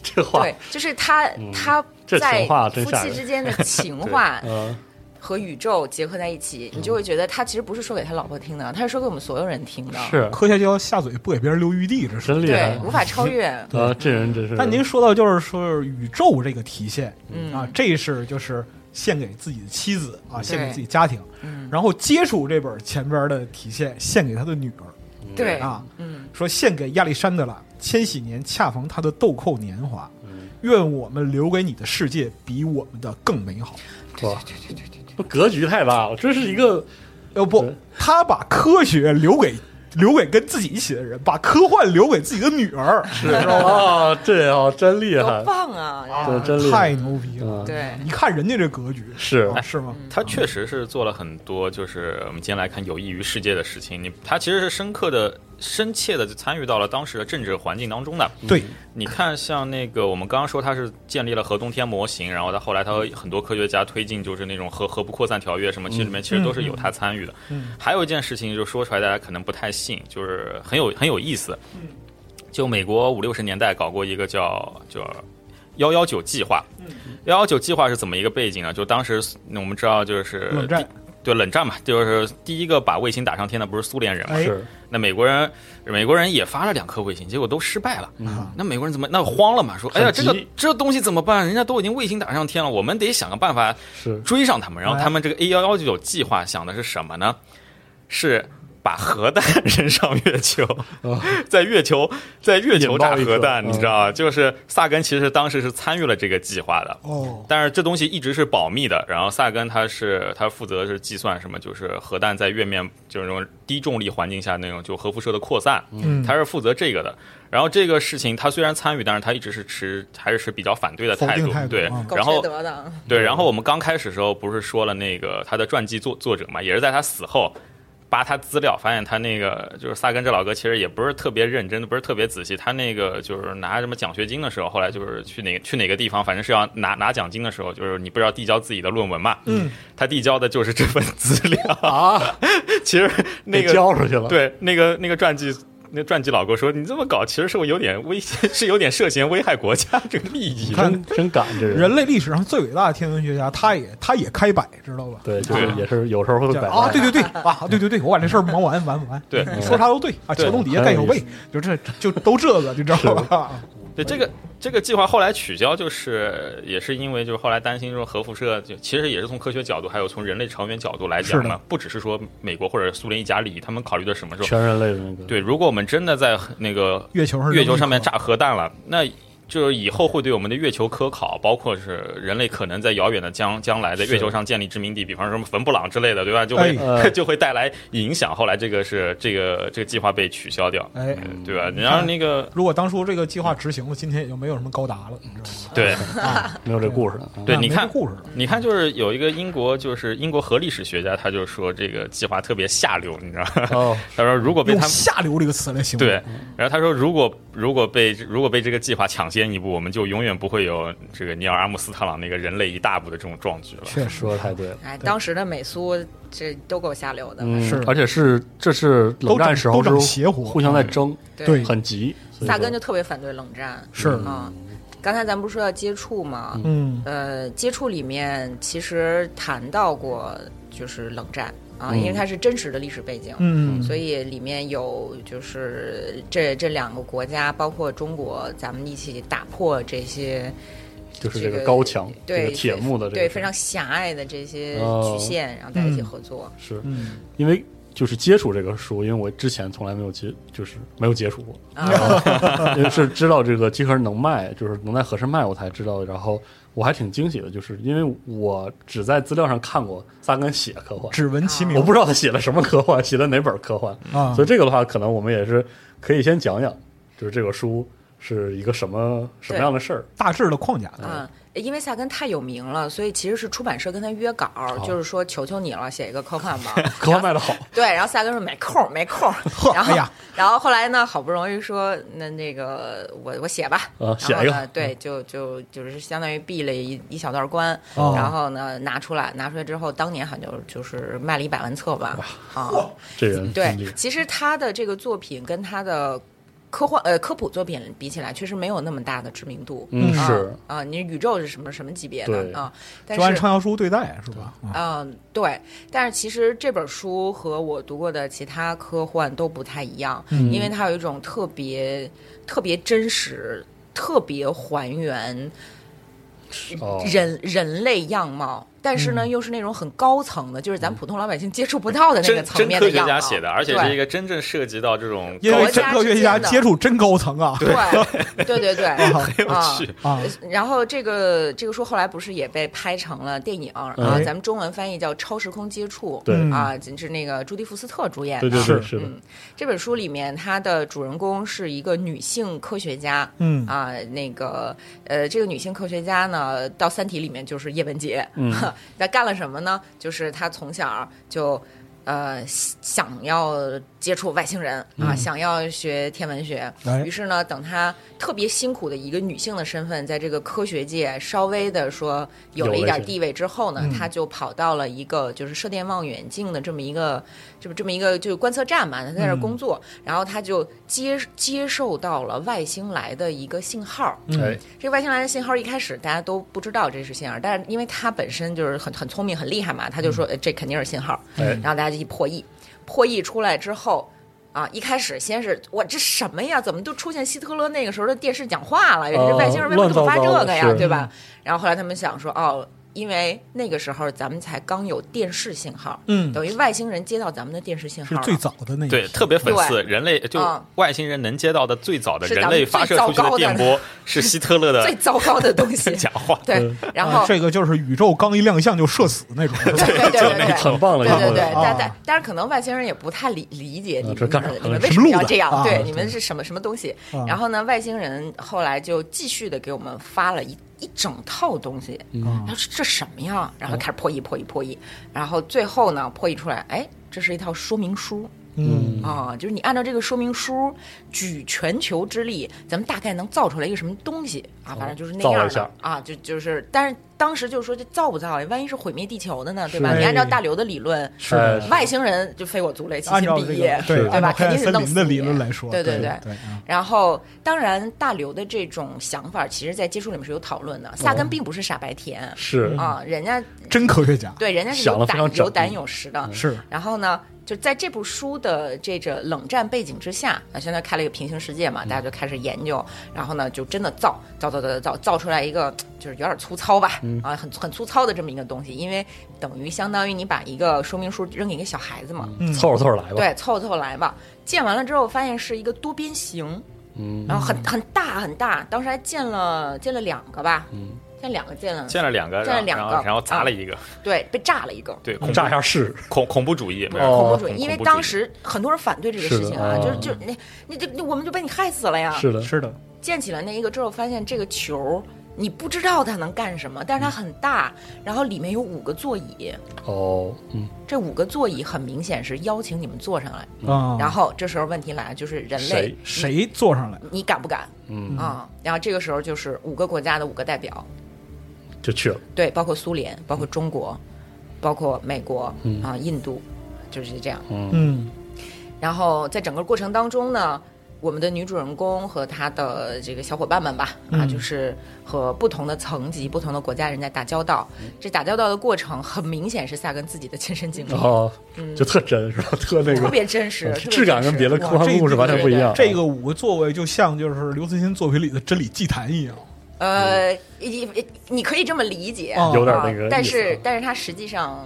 B: 这话
D: 对，就是他、他
B: 这
D: 在
B: 情话真
D: 夫
B: 吓
D: 妻
B: 人
D: 之 间的情话
B: 嗯
D: 和宇宙结合在一起，你就会觉得他其实不是说给他老婆听的，他是说给我们所有人听的。
B: 是
C: 科学家下嘴不给别人留余地，这是。
B: 真厉害
D: 对，嗯无法超越。
B: 啊！这人真是。
C: 但您说到就是说宇宙这个题线，
D: 嗯
C: 啊，这是就是献给自己的妻子啊，献给
D: 对
C: 自己家庭，
D: 嗯，
C: 然后接触这本前边的题线献给他的女儿
D: 对，
C: 啊，
D: 嗯，
C: 说献给亚历山德拉，千禧年恰逢他的豆蔻年华，
B: 嗯
C: 愿我们留给你的世界比我们的更美好。
B: 哇，格局太大了，这是一个
C: 要呃不
B: 对
C: 他把科学留给留给跟自己一起的人，把科幻留给自己的女儿，是
B: 啊，这啊真厉害
D: 多，棒啊！
B: 对，真厉害
C: 太，牛逼了！
B: 嗯
D: 对，
C: 你看人家这格局
B: 是
C: 啊，是吗？
E: 他确实是做了很多，就是我们今天来看有益于世界的事情。你他其实是深刻的、深切的就参与到了当时的政治环境当中的。
C: 对，
E: 你看，像那个我们刚刚说，他是建立了核冬天模型，然后他后来他和很多科学家推进就是那种核核不扩散条约什么，其实里面其实都是有他参与的。
C: 嗯
E: 还有一件事情就说出来大家可能不太信，就是很有很有意思。就美国五六十年代搞过一个叫叫幺幺九计划。
C: 嗯
E: 幺幺九计划是怎么一个背景呢？就当时我们知道，呃就是
C: 冷战，
E: 对冷战嘛，就是第一个把卫星打上天的不是苏联人嘛？
C: 哎，
B: 是
E: 那美国人，美国人也发了两颗卫星，结果都失败了。
B: 嗯
C: 啊
E: 那美国人怎么那慌了嘛？说，哎呀，
B: 很
E: 这
B: 急
E: 个这东西怎么办？人家都已经卫星打上天了，我们得想个办法
B: 是，
E: 追上他们。
C: 哎
E: 然后他们这个 A 幺幺九计划想的是什么呢？是把核弹扔上月球，
C: 哦
E: 在月球在月球
B: 引爆
E: 炸
B: 一个
E: 核弹，你
B: 嗯
E: 知道吧？就是萨根其实当时是参与了这个计划的。
C: 哦，
E: 但是这东西一直是保密的。然后萨根他是他负责是计算什么，就是核弹在月面就是那种低重力环境下那种就核辐射的扩散，
C: 嗯
E: 他是负责这个的。然后这个事情他虽然参与，但是他一直是持还是持比较反对的
C: 否
E: 态
C: 定
E: 度，
C: 态度
E: 对
C: 嗯。
D: 狗
E: 然
D: 缺
E: 后
D: 德的，
E: 对，
B: 嗯
E: 然后我们刚开始的时候不是说了那个他的传记作作者嘛，也是在他死后。扒他资料，发现他那个就是萨根这老哥，其实也不是特别认真，不是特别仔细。他那个就是拿什么奖学金的时候，后来就是去哪去哪个地方，反正是要拿拿奖金的时候，就是你不是要递交自己的论文嘛？嗯，他递交的就是这份资料啊。其实那
B: 给
E: 个
B: 交出去了，
E: 对，那个那个传记那传记老哥说你这么搞其实是我有点危 险，是有点涉嫌危害国家这个利益。
B: 真真敢这人，
C: 人类历史上最伟大的天文学家，他也他也开摆，知道吧？
B: 对，就是
E: 对
B: 也是有时候会
C: 叫
B: 摆
C: 啊，
B: 烂
C: 对对对，啊，对对对，我把这事儿忙完完完，
E: 对
C: 你说啥都对啊，
E: 对哎
C: 桥洞底下盖小被，就这就都这个，你知道吧？啊
E: 对这个这个计划后来取消，就是也是因为就是后来担心说核辐射，就其实也是从科学角度，还有从人类长远角度来讲
C: 是
E: 嘛
C: 的，
E: 不只是说美国或者苏联一家利益，他们考虑的什么时候？
B: 全人类的那个，
E: 对，如果我们真的在那个
C: 月球上
E: 月球上面炸核弹了，那就是以后会对我们的月球科考，包括是人类可能在遥远的将将来在月球上建立殖民地，比方说什么冯布朗之类的，对吧？就会、
B: 哎
E: 就会带来影响。后来这个是这个这个计划被取消掉，
C: 哎，
E: 嗯对吧？然后那个
C: 如果当初这个计划执行了，今天也就没有什么高达了，你知
E: 对
C: 道吗？啊，
B: 没有这故事了。啊
E: 对，
C: 那
E: 你
C: 没
E: 看
C: 这故事了，
E: 你看，就是有一个英国，就是英国核历史学家，他就说这个计划特别下流，你知道吗？
B: 哦，
E: 他说如果被
C: 用
E: 他们
C: 下流嗯这个词来形容，
E: 对，，然后他说，如果如果被如果被这个计划抢先一步，我们就永远不会有这个尼尔阿姆斯特朗那个人类一大步的这种壮举了。
C: 确实
B: 说的太对了。
D: 哎，当时的美苏这都够下流的。
B: 嗯
C: 是
B: 而且是这是冷战时候
C: 都整都
B: 是
C: 整邪乎
B: 互相在争，
C: 对
B: 很急。所以
D: 萨根
B: 说
D: 就特别反对冷战。
C: 是
B: 嗯
D: 啊，刚才咱不是说要接触吗？
C: 嗯，
D: 呃，接触里面其实谈到过就是冷战啊，
B: 嗯
D: 因为它是真实的历史背景。
C: 嗯，
D: 所以里面有就是这这两个国家，包括中国，咱们一起打破这些
B: 就是
D: 这
B: 这
D: 个
B: 个高墙，这
D: 对
B: 个铁幕的这个
D: 对
B: 事
D: 非常狭隘的这些
B: 哦
D: 局限，然后在一起
C: 嗯
D: 合作。
B: 是
C: 嗯，
B: 因为就是接触这个书，因为我之前从来没有接，就是没有接触过，
D: 啊，
B: 因为是知道这个集合能卖，就是能在合适卖，我才知道。然后我还挺惊喜的，就是因为我只在资料上看过萨根写科幻，
C: 只闻其 名，
B: 我
D: 哦
B: 不知道他写了什么科幻，写的哪本科幻，
C: 啊
B: 所以，这个的话，可能我们也是可以先讲讲，就是这个书是一个什么什么样的事儿。
C: 大致的框架，
D: 嗯，因为萨根太有名了，所以其实是出版社跟他约稿，
B: 哦
D: 就是说求求你了，写一个科幻吧。
B: 科幻卖的好，
D: 对，然后萨根说没空儿，没 空儿。然后，
C: 哎呀
D: 然后后来呢，好不容易说那那个我我写吧，
B: 啊写
D: 然后
B: 一个
D: 呢，对，就就就是相当于避了一一小段关，
C: 哦
D: 然后呢拿出来，拿出来之后，当年好像就就是卖了一百万册吧，啊，
B: 这人
D: 对
B: 真厉害，
D: 其实他的这个作品跟他的科幻呃科普作品比起来，确实没有那么大的知名度。
B: 嗯
D: 啊
B: 是，
D: 啊，你宇宙是什么什么级别
B: 对
D: 的啊？但
C: 就按
D: 是
C: 畅销书对待是吧？啊
D: 嗯，对，但是其实这本书和我读过的其他科幻都不太一样，
B: 嗯
D: 因为它有一种特别特别真实、特别还原
B: 哦，嗯
D: 人、人类样貌，但是呢，又是那种很高层的，就是咱普通老百姓接触不到的那个
E: 真
D: 层
E: 真
D: 面
E: 科学
D: 样貌。
E: 家写的，而且是
D: 对
E: 一个真正涉及到这种
C: 因为真科学家
D: 国家之间的
C: 接触真高层啊，
D: 对对 对对，啊
E: 趣。
C: 啊，
D: 然后这个这个书后来不是也被拍成了电影啊？
B: 嗯
D: 咱们中文翻译叫《超时空接触》，
B: 对
C: 嗯
D: 啊，是那个朱迪福斯特主演的。
B: 对对对
C: 是
B: 是的，
D: 嗯，这本书里面它的主人公是一个女性科学家。
C: 嗯
D: 啊，那个，呃，这个女性科学家呢，到《三体》里面就是叶文洁，
B: 嗯
D: 她干了什么呢？就是她从小就，呃，想要接触外星人
B: 嗯
D: 啊，想要学天文学，
C: 哎
D: 于是呢，等她特别辛苦的一个女性的身份，在这个科学界稍微的说有了
B: 有了
D: 一
B: 一
D: 点
B: 些
D: 地位之后呢，她就跑到了一个就是射电望远镜的这么一个，这么这么一个就是观测站嘛，她在那儿工作，然后她就接接受到了外星来的一个信号。
B: 哎，
D: 这个外星来的信号一开始大家都不知道这是信号，但是因为她本身就是很很聪明很厉害嘛，她就说、呃这肯定是信号，
B: 哎
D: 然后大家就一破译，破译出来之后。啊，一开始先是我这什么呀？怎么都出现希特勒那个时候的电视讲话了？人家外星人为什么总发这
B: 乱糟
D: 个
B: 糟
D: 呀
B: 的？是
D: 对吧？然后后来他们想说，哦，因为那个时候咱们才刚有电视信号，
C: 嗯
D: 等于外星人接到咱们的电视信号
C: 是
D: 了
C: 最早的那一
E: 对
C: 批
E: 特别粉丝，
D: 对
E: 人类就
D: 嗯
E: 外星人能接到的最早的
D: 是
E: 人
D: 咱们
E: 类发射出
D: 最
E: 去
D: 糟糕的
E: 电波是希特勒
D: 最
E: 的。
D: 糟糕的东西
E: 讲话，
D: 对，然后
C: 啊这个就是宇宙刚一亮相就射死那种，
D: 对对对对对，
B: 很棒了，
D: 对
B: 英
D: 对
B: 国
D: 对
B: 人，，
D: 但
C: 啊
D: 但但是可能外星人也不太理理解
B: 啊
D: 你们
B: 这干啥
D: 你们
B: 什么
D: 为什么要
B: 路子
D: 这样？
C: 啊
D: 对，
C: 对
D: 你们是什么什么东西
C: 啊？
D: 然后呢，外星人后来就继续的给我们发了一一整套东西，
C: 啊
B: 嗯
D: 然后说这什么呀？
B: 哦
D: 然后开始破译破译破译，然后最后呢破译出来，哎，这是一套说明书。
C: 嗯
D: 啊，就是你按照这个说明书，举全球之力，咱们大概能造出来一个什么东西啊？反正就是那
B: 哦造了
D: 样
B: 一下
D: 的啊，就就是，但是当时就是说这造不造呀？万一是毁灭地球的呢，对吧？
C: 是
D: 你按照大刘的理论，
B: 是的是的
D: 外星人就非我族类，其
C: 按
D: 心
C: 照
D: 必
C: 这
D: 异
C: 个，对
D: 对
C: 按
D: 吧？
C: 照黑
D: 肯
C: 暗
D: 定是
C: 森
D: 弄
C: 林
D: 死
C: 的
D: 你
C: 理论来说，
D: 对
C: 对
D: 对
C: 对，啊
D: 然后，当然，大刘的这种想法，其实在接触里面是有讨论的。
B: 哦
D: 萨根并不是傻白甜、
B: 是
D: 啊，人家
C: 真科学家，
D: 对人家是
B: 嗯想得
D: 有
B: 非常
D: 胆
B: 缜
D: 有
B: 密
D: 胆有识的。
C: 是
D: 然后呢，就在这部书的这个冷战背景之下啊，现在开了一个平行世界嘛，大家就开始研究，然后呢，就真的造造造造造造造出来一个就是有点粗糙吧，啊，很很粗糙的这么一个东西，因为等于相当于你把一个说明书扔给一个小孩子嘛，
C: 嗯
B: 凑合凑合来吧。
D: 对，凑合凑合来吧。建完了之后，发现是一个多边形，
B: 嗯，
D: 然后很很大很大，当时还建了建了两个吧，
B: 嗯，
D: 建两个建了，
E: 建了两个，
D: 建了两
E: 然后
D: 个嗯
E: 然后然后砸了一个，
D: 对，被炸了一个。
E: 对，恐
B: 炸一下试试。
E: 恐恐怖主义，
B: 哦
D: 恐怖主义，
E: 恐
D: 因为
E: 恐怖主义
D: 当时很多人反对这个
B: 是
D: 事
B: 的
D: 情啊，
B: 哦
D: 就是就是那那这那我们就被你害死了呀。
B: 是的，
C: 是的，
D: 建起来那一个之后，发现这个球你不知道它能干什么，
B: 嗯
D: 但是它很大，然后里面有五个座椅，
B: 哦，嗯，
D: 这五个座椅很明显是邀请你们坐上来。
C: 啊，
D: 然后这时候问题来了，就是人类
B: 哦谁
C: 谁坐上来？
D: 你敢不敢
B: 嗯，
D: 啊、然后这个时候就是五个国家的五个代表，
B: 就去了。
D: 对，包括苏联，包括中国，包括美国啊、
B: 嗯
D: 印度，就是这样。
C: 嗯，
D: 然后在整个过程当中呢，我们的女主人公和她的这个小伙伴们吧，啊，
C: 嗯
D: 就是和不同的层级、不同的国家人在打交道。
B: 嗯
D: 这打交道的过程，很明显是萨根自己的亲身经历，
B: 然后就特真是吧？特哦那
D: 嗯特
B: 个哦
D: 别真实，特别
B: 质感
D: 真
B: 跟
D: 实
B: 别的科
C: 哇这
B: 幻故事完全不一样。
C: 这个五个座位就像就是刘慈欣作品里的真理祭坛一样，
D: 呃，你你可以这么理解，
C: 哦
B: 嗯有点那个意思啊
D: 啊但是但是他实际上，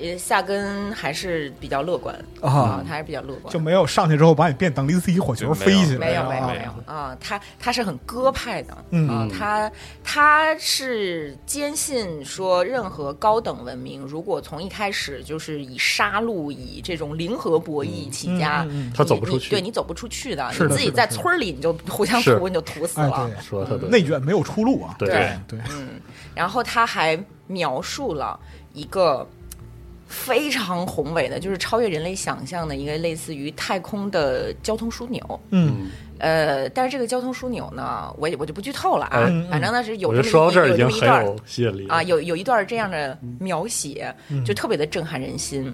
D: 呃，萨根还是比较乐观
B: 哦
C: 啊
D: 他还是比较乐观，
C: 就没有上去之后把你变等离子体火球
E: 就没
C: 飞
E: 有
C: 起来，
D: 没有
C: 啊
D: 没有没
E: 有
D: 有啊，他他是很鸽派的，
C: 嗯
D: 啊，他他是坚信说任何高等文明，如果从一开始就是以杀戮、以这种零和博弈起家，
C: 嗯嗯嗯
D: 你
B: 他走不出去
D: 你对你走不出去的，
C: 是的
D: 你自己
C: 是的
D: 在
C: 是的
D: 村儿里你就互相
B: 是
D: 屠，你就屠死
C: 哎
D: 了。
B: 说的特
C: 对，
B: 对，
C: 内卷没有出路啊，
B: 对
D: 对
C: 对，
D: 然后他还描述了一个非常宏伟的，就是超越人类想象的一个类似于太空的交通枢纽。
C: 嗯，
D: 呃，但是这个交通枢纽呢，我也我就不剧透了啊，
C: 嗯嗯
D: 反正呢是有
B: 哎我觉得
D: 这么一
B: 说到这儿已经
D: 有这么一
B: 很
D: 段儿
B: 有吸引力了
D: 啊，。有有一段儿这样的描写，
C: 嗯
D: 就特别的震撼人心。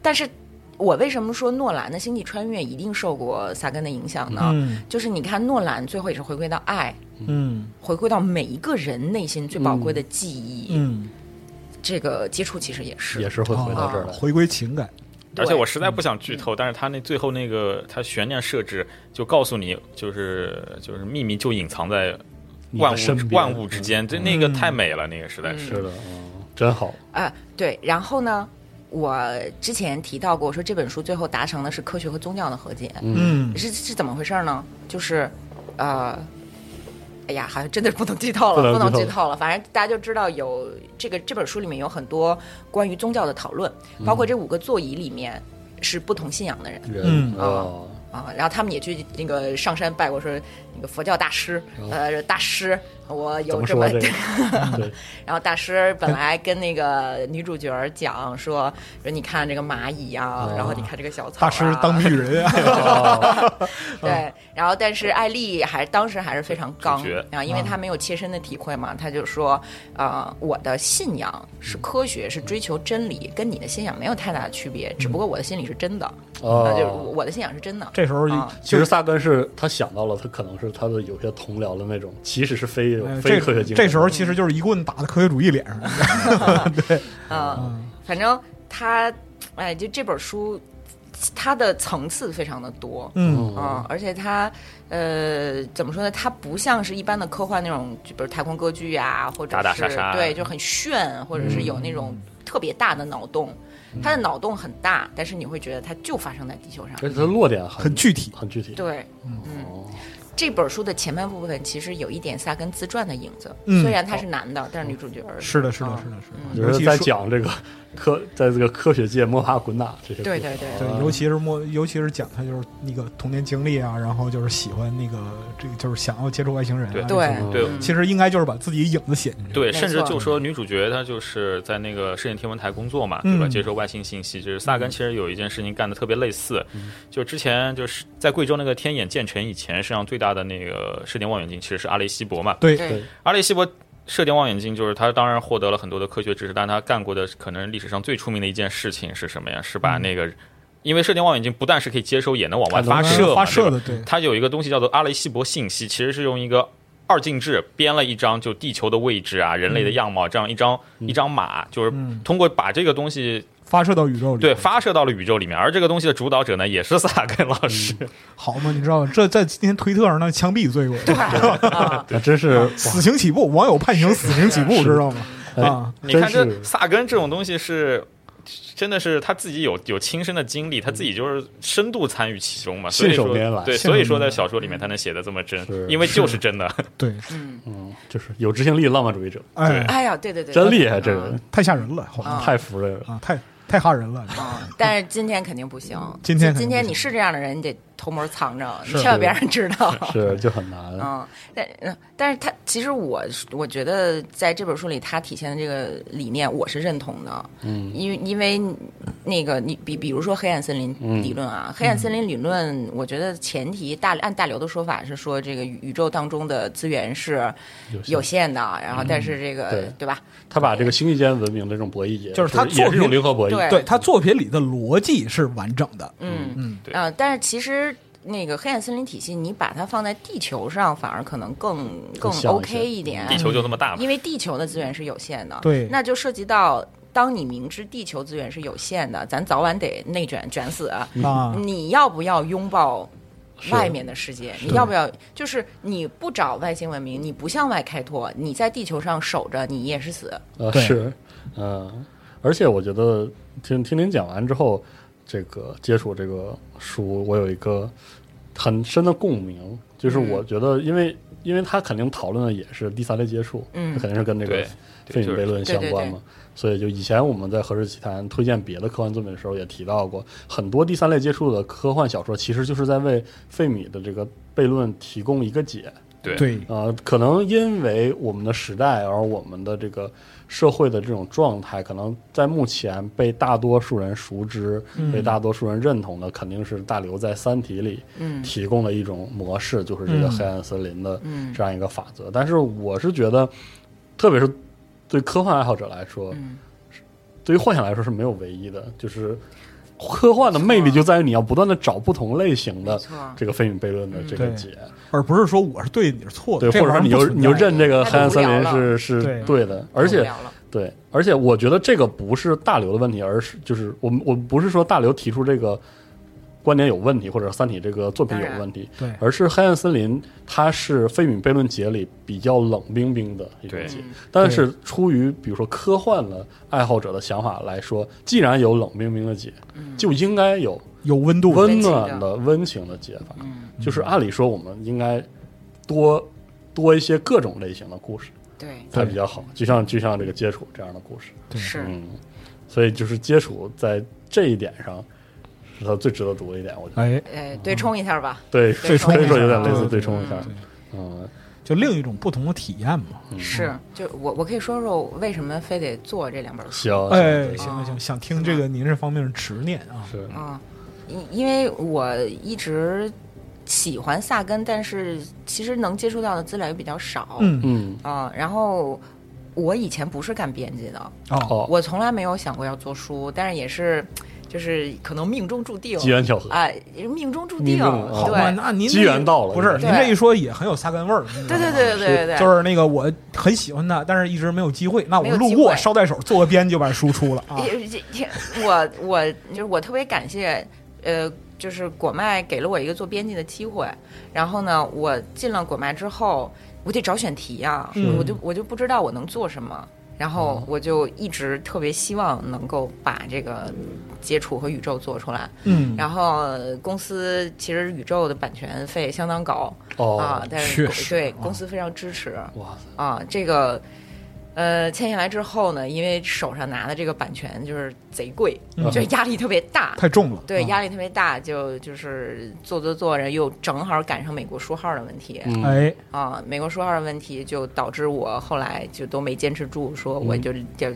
D: 但是我为什么说诺兰的《星际穿越》一定受过萨根的影响呢？
C: 嗯
D: 就是你看诺兰最后也是回归到爱，
C: 嗯
D: 回归到每一个人内心最宝贵的记忆。
C: 嗯，
D: 这个接触其实也是
B: 也是会回到这儿
C: 啊
B: 来。
C: 回归情感，
E: 而且我实在不想剧透，但是他那最后那个他悬念设置就告诉你，就是就是秘密就隐藏在
B: 你的
E: 万物
B: 身边
E: 万物之间，这那个
C: 嗯
E: 太美了，那个实在是
B: 是的，嗯，真好。
D: 啊，对。然后呢，我之前提到过，说这本书最后达成的是科学和宗教的和解。
C: 嗯
D: 是是怎么回事呢？就是，呃，哎呀，好像真的不能剧透
B: 不能
D: 了，不能
B: 剧透
D: 剧透了。反正大家就知道有这个这本书里面有很多关于宗教的讨论，
B: 嗯
D: 包括这五个座椅里面是不同信仰的人。
B: 人
C: 嗯
B: 啊，
D: 啊，然后他们也去那个上山拜过，说那个佛教大师，呃，大师，我
B: 怎
D: 有
B: 么
D: 这
B: 说
D: 么
B: 这个？
D: 嗯
B: 对，
D: 然后大师本来跟那个女主角儿讲说，说你看这个蚂 蚁啊，然后你看这个小草、啊，
C: 大师当绿人啊，
D: 对，然后但是艾丽还当时还是非常刚
E: 主角
D: 啊，因为她没有切身的体会嘛，她就说，呃，我的信仰是科学，是追求真理，跟你的信仰没有太大的区别，只不过我的心里是真的，
B: 哦
D: 那就是我的信仰是真的。
C: 这时候
D: 啊
B: 其实萨根是他想到了，他可能是他的有些同僚的那种，其实是非
C: 呃
B: 非
C: 这
B: 科学精神。
C: 这时候其实就是一棍打在科学主义脸上，
D: 嗯，反正他，哎，就这本书，它的层次非常的多。
C: 嗯
B: 哦
D: 啊、而且它，呃，怎么说呢？它不像是一般的科幻那种，就比如太空歌剧啊，或者是
E: 打打杀杀
D: 对，就很炫，或者是有那种特别大的脑洞。它的脑洞很大，但是你会觉得它就发生在地球上。
B: 而且他的落点很
C: 很具体
B: 很具体。哦
D: 对，嗯，这本书的前半部分其实有一点萨根自传的影子，
C: 嗯
D: 虽然他是男的，但是女主角儿
C: 是的，是的，
D: 啊
C: 是的，是的，
B: 就是
C: 尤其
B: 在
C: 说
B: 讲这个科在这个科学界摸爬滚打这些故
D: 对
B: 事。
D: 对对
B: 啊
C: 对，尤其是莫，尤其是讲他就是那个童年经历啊，然后就是喜欢那个这个，就是想要接触外星人、啊。
E: 对
C: 这
D: 对
C: 种
B: 嗯
E: 对
D: 嗯
C: 其实应该就是把自己影子写进去。
D: 没
E: 对，甚至
D: 错
E: 就说女主角她就是在那个世界天文台工作嘛，对吧？
C: 嗯
E: 接收外星信息。就是萨根其实有一件事情干的特别类似，就之前就是在贵州那个天眼建成以前，世界上最大的那个射电望远镜其实是阿雷西博嘛。
C: 对
D: 对
B: 对
E: 阿雷西博射电望远镜就是他当然获得了很多的科学知识，但他干过的可能历史上最出名的一件事情是什么呀？是
C: 嗯
E: 把那个，因为射电望远镜不但是可以接收，也能往
B: 还
E: 外
B: 能
E: 发射嘛，
C: 啊发
E: 对吧
C: 射的，对，
E: 它有一个东西叫做阿雷西博信息，其实是用一个二进制编了一张就地球的位置啊、人类的样貌这样一张、一张码，就是
C: 嗯
E: 通过把这个东西
C: 发射到宇宙里。
E: 对发射到了宇宙里面，而这个东西的主导者呢也是萨根老师，
C: 好嘛，你知道这在今天推特上那枪毙罪过，
D: 啊，
B: 对，真是
C: 死刑起步，网友判刑死刑起步，知道吗？啊，
E: 你
B: 真
E: 看
B: 是
E: 这萨根这种东西是。真的是他自己有有亲身的经历，他自己就是深度参与其中嘛，所以
B: 信手
E: 说
B: 拈来
E: 对，
C: 信手
E: 所以说
C: 拈来
E: 在小说里面他能写的这么真
B: 是，
E: 因为就是 真的。
C: 对，
D: 嗯，
B: 嗯，就是有执行力，浪漫主义者，
C: 哎，
D: 哎呀，对对对，
B: 真厉害，这个
D: 嗯
B: 人
C: 太吓人了，好吧
D: 啊
B: 太服了。
C: 啊，太太吓人了。
D: 嗯， 但是今天肯定不行。
C: 啊今天肯定不行
D: 今天你是这样的人，你得偷摸藏着，你
C: 是
D: 千万别让人知道。
B: 是就很难，
D: 嗯，但嗯但是他其实我我觉得在这本书里，他体现的这个理念我是认同的，嗯，因为因为那个你比比如说黑暗森林
C: 嗯
D: 理论啊，黑暗森林理论，我觉得前提大按大刘的说法是说这个宇宇宙当中的资源是有限的，啊然后
C: 嗯
D: 但是这个、
B: 对
D: 对吧？
B: 他把这个星际间文明的这种博弈也
C: 就是他
B: 也
C: 作
B: 是一种
C: 品
B: 零和博弈，
D: 对
C: 对他作品里的逻辑是完整的，
D: 嗯
C: 嗯
E: 对
D: 啊、但是其实那个黑暗森林体系，你把它放在地球上，反而可能更更
B: 像一些
D: OK 一点。
E: 地球就这么大嘛
D: 因，为地球的资源是有限的，
C: 对
D: 那就涉及到，当你明知地球资源是有限的，咱早晚得内卷卷死啊！
B: 嗯
C: 啊，
D: 你要不要拥抱
B: 是
D: 外面的世界？你要不要？就是你不找外星文明，你不向外开拓，你在地球上守着，你也是死。
B: 呃，
C: 对
B: 是，嗯，而且我觉得听听您讲完之后，这个接触这个书，我有一个很深的共鸣，就是
E: 嗯
B: 我觉得，因为、因为他肯定讨论的也是第三类接触，
D: 嗯
B: 它肯定是跟这个费
E: 对
B: 米
E: 就是
B: 悖论相关嘛。所以，就以前我们在《何氏奇谈》推荐别的科幻作品的时候，也提到过，很多第三类接触的科幻小说，其实就是在为费米的这个悖论提供一个解。
E: 对
C: 对，
B: 呃，可能因为我们的时代，而我们的这个社会的这种状态，可能在目前被大多数人熟知、被大多数人认同的，肯定是大刘在《三体》里
D: 嗯
B: 提供的一种模式，就是这个
C: 嗯
B: 黑暗森林的
D: 嗯
B: 这样一个法则。但是我是觉得，特别是对科幻爱好者来说，
D: 嗯，
B: 对于幻想来说是没有唯一的，就是科幻的魅力就在于你要不断的找不同类型
D: 没
B: 的
D: 错。
B: 这个费米悖论的这个
C: 嗯对
B: 解。
C: 而不是说我是对，你是错
B: 对，
C: 的，
B: 或
C: 这
B: 者说
C: 玩
B: 你
C: 意儿不
B: 就
C: 存
B: 你就
C: 在
B: 认这个
D: 太
B: 黑暗
D: 无聊
B: 森林
D: 了
B: 是是
C: 对
B: 对的，而且
D: 受不了了
B: 对，而且我觉得这个不是大刘的问题，而是就是我们我不是说大刘提出这个观点有问题，或者《三体》这个作品有问题，
C: 当然对
B: 而是黑暗森林它是费米悖论解里比较冷冰冰的一个
E: 对
B: 解
D: 嗯，
B: 但是出于比如说科幻的爱好者的想法来说，既然有冷冰冰的解，就应该有
C: 有温度，
B: 温
D: 温情嗯
B: 暖
D: 的
B: 的、温情的解法。就是按理说，我们应该多多一些各种类型的故事
D: 对，
B: 才
C: 对
B: 比较好。就像就像这个接触这样的故事，
C: 对
D: 是
B: 嗯，所以就是接触在这一点上是他最值得读的一点，我觉得。
C: 哎，
D: 呃，对冲一下吧。
B: 对，
D: 对
B: 可以说有点类似
C: 对
B: 对冲一下，嗯，
C: 就另一种不同的体验嘛。
D: 是，就我我可以说说我为什么非得做这两本书。
B: 行，
C: 哎，
B: 对
C: 行了行了，想听这个您这方面的执念啊，
B: 是，
D: 嗯，因因为我一直喜欢萨根，但是其实能接触到的资料也比较少。
C: 嗯，
B: 嗯，
D: 啊、然后我以前不是干编辑的，
C: 哦，
B: 哦，
D: 我从来没有想过要做书，但是也是，就是可能命中注定
B: 机缘巧合，
D: 啊、命中注
B: 命
D: 定，
B: 中好
C: 好吧，
D: 对。
C: 那您
B: 哦机缘到了
C: 不是
B: 对
C: 您这一说也很有撒干味儿，对
D: 对对对对对对，
C: 就是那个我很喜欢他，但是一直没有机会。那我
D: 没有机
C: 路
D: 会
C: 过捎带手做个编就把书出了啊，
D: 也这这我我就是我特别感谢，呃，就是果麦给了我一个做编辑的机会。然后呢，我进了果麦之后，我得找选题啊，
C: 嗯
D: 我就我就不知道我能做什么。然
C: 哦
D: 后我就一直特别希望能够把这个接触和宇宙做出来。
C: 嗯，
D: 然后呃公司其实宇宙的版权费相当高、
B: 哦，
D: 啊，但是
C: 确
D: 公
C: 实
D: 对
C: 啊
D: 公司非常支持。
B: 哇塞，
D: 啊，这个呃，签下来之后呢，因为手上拿的这个版权就是贼贵，
C: 嗯
D: 就压力特别大，
C: 太重了。
D: 对，
C: 啊
D: 压力特别大，就就是做做做着，又正好赶上美国书号的问题
B: 嗯
C: 哎，
D: 啊，美国书号的问题就导致我后来就都没坚持住，说
C: 嗯
D: 我就就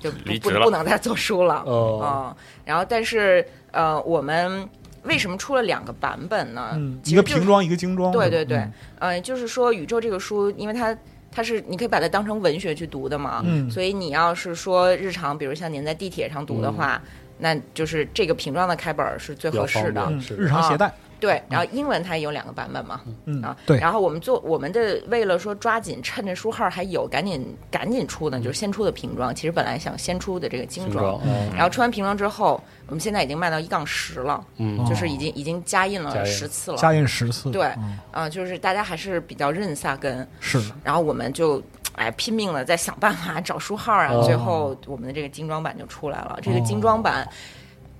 D: 就
E: 离
D: 不不
E: 职了
D: 不能再做书了
B: 哦，
D: 啊。然后，但是呃，我们为什么出了两个版本呢？
C: 嗯，
D: 呃其
C: 一
D: 实
C: 个
D: 就是
C: 瓶装，一个精装。
D: 对
C: 是吧
D: 对对，
C: 嗯
D: 呃，就是说宇宙这个书，因为它它是你可以把它当成文学去读的嘛，
C: 嗯
D: 所以你要是说日常，比如像您在地铁上读
C: 嗯
D: 的话，那就是这个瓶装的开本儿是最
B: 比较
D: 合适的
B: 方。便
C: 嗯
B: 是
C: 日常携带。
D: 对，然后英文它也有两个版本嘛，
C: 嗯
D: 啊，，
C: 对，
D: 然后我们做我们的为了说抓紧，趁着书号还有，赶紧赶紧出
C: 嗯
D: 呢，就是先出的瓶装。其实本来想先出的这个精
B: 精
D: 装
B: 装，，哦
D: 然后出完瓶装之后，我们现在已经卖到一杠十了，
B: 嗯
D: 就是已经已经加印
B: 加印
D: 了十次了。
C: 哦加印十次。
D: 对
C: 嗯
D: 啊、就是大家还是比较认萨根，
C: 是
D: 然后我们就哎拼命的在想办法找书号啊，
B: 哦
D: 最后我们的这个精装版就出来了。这个精装版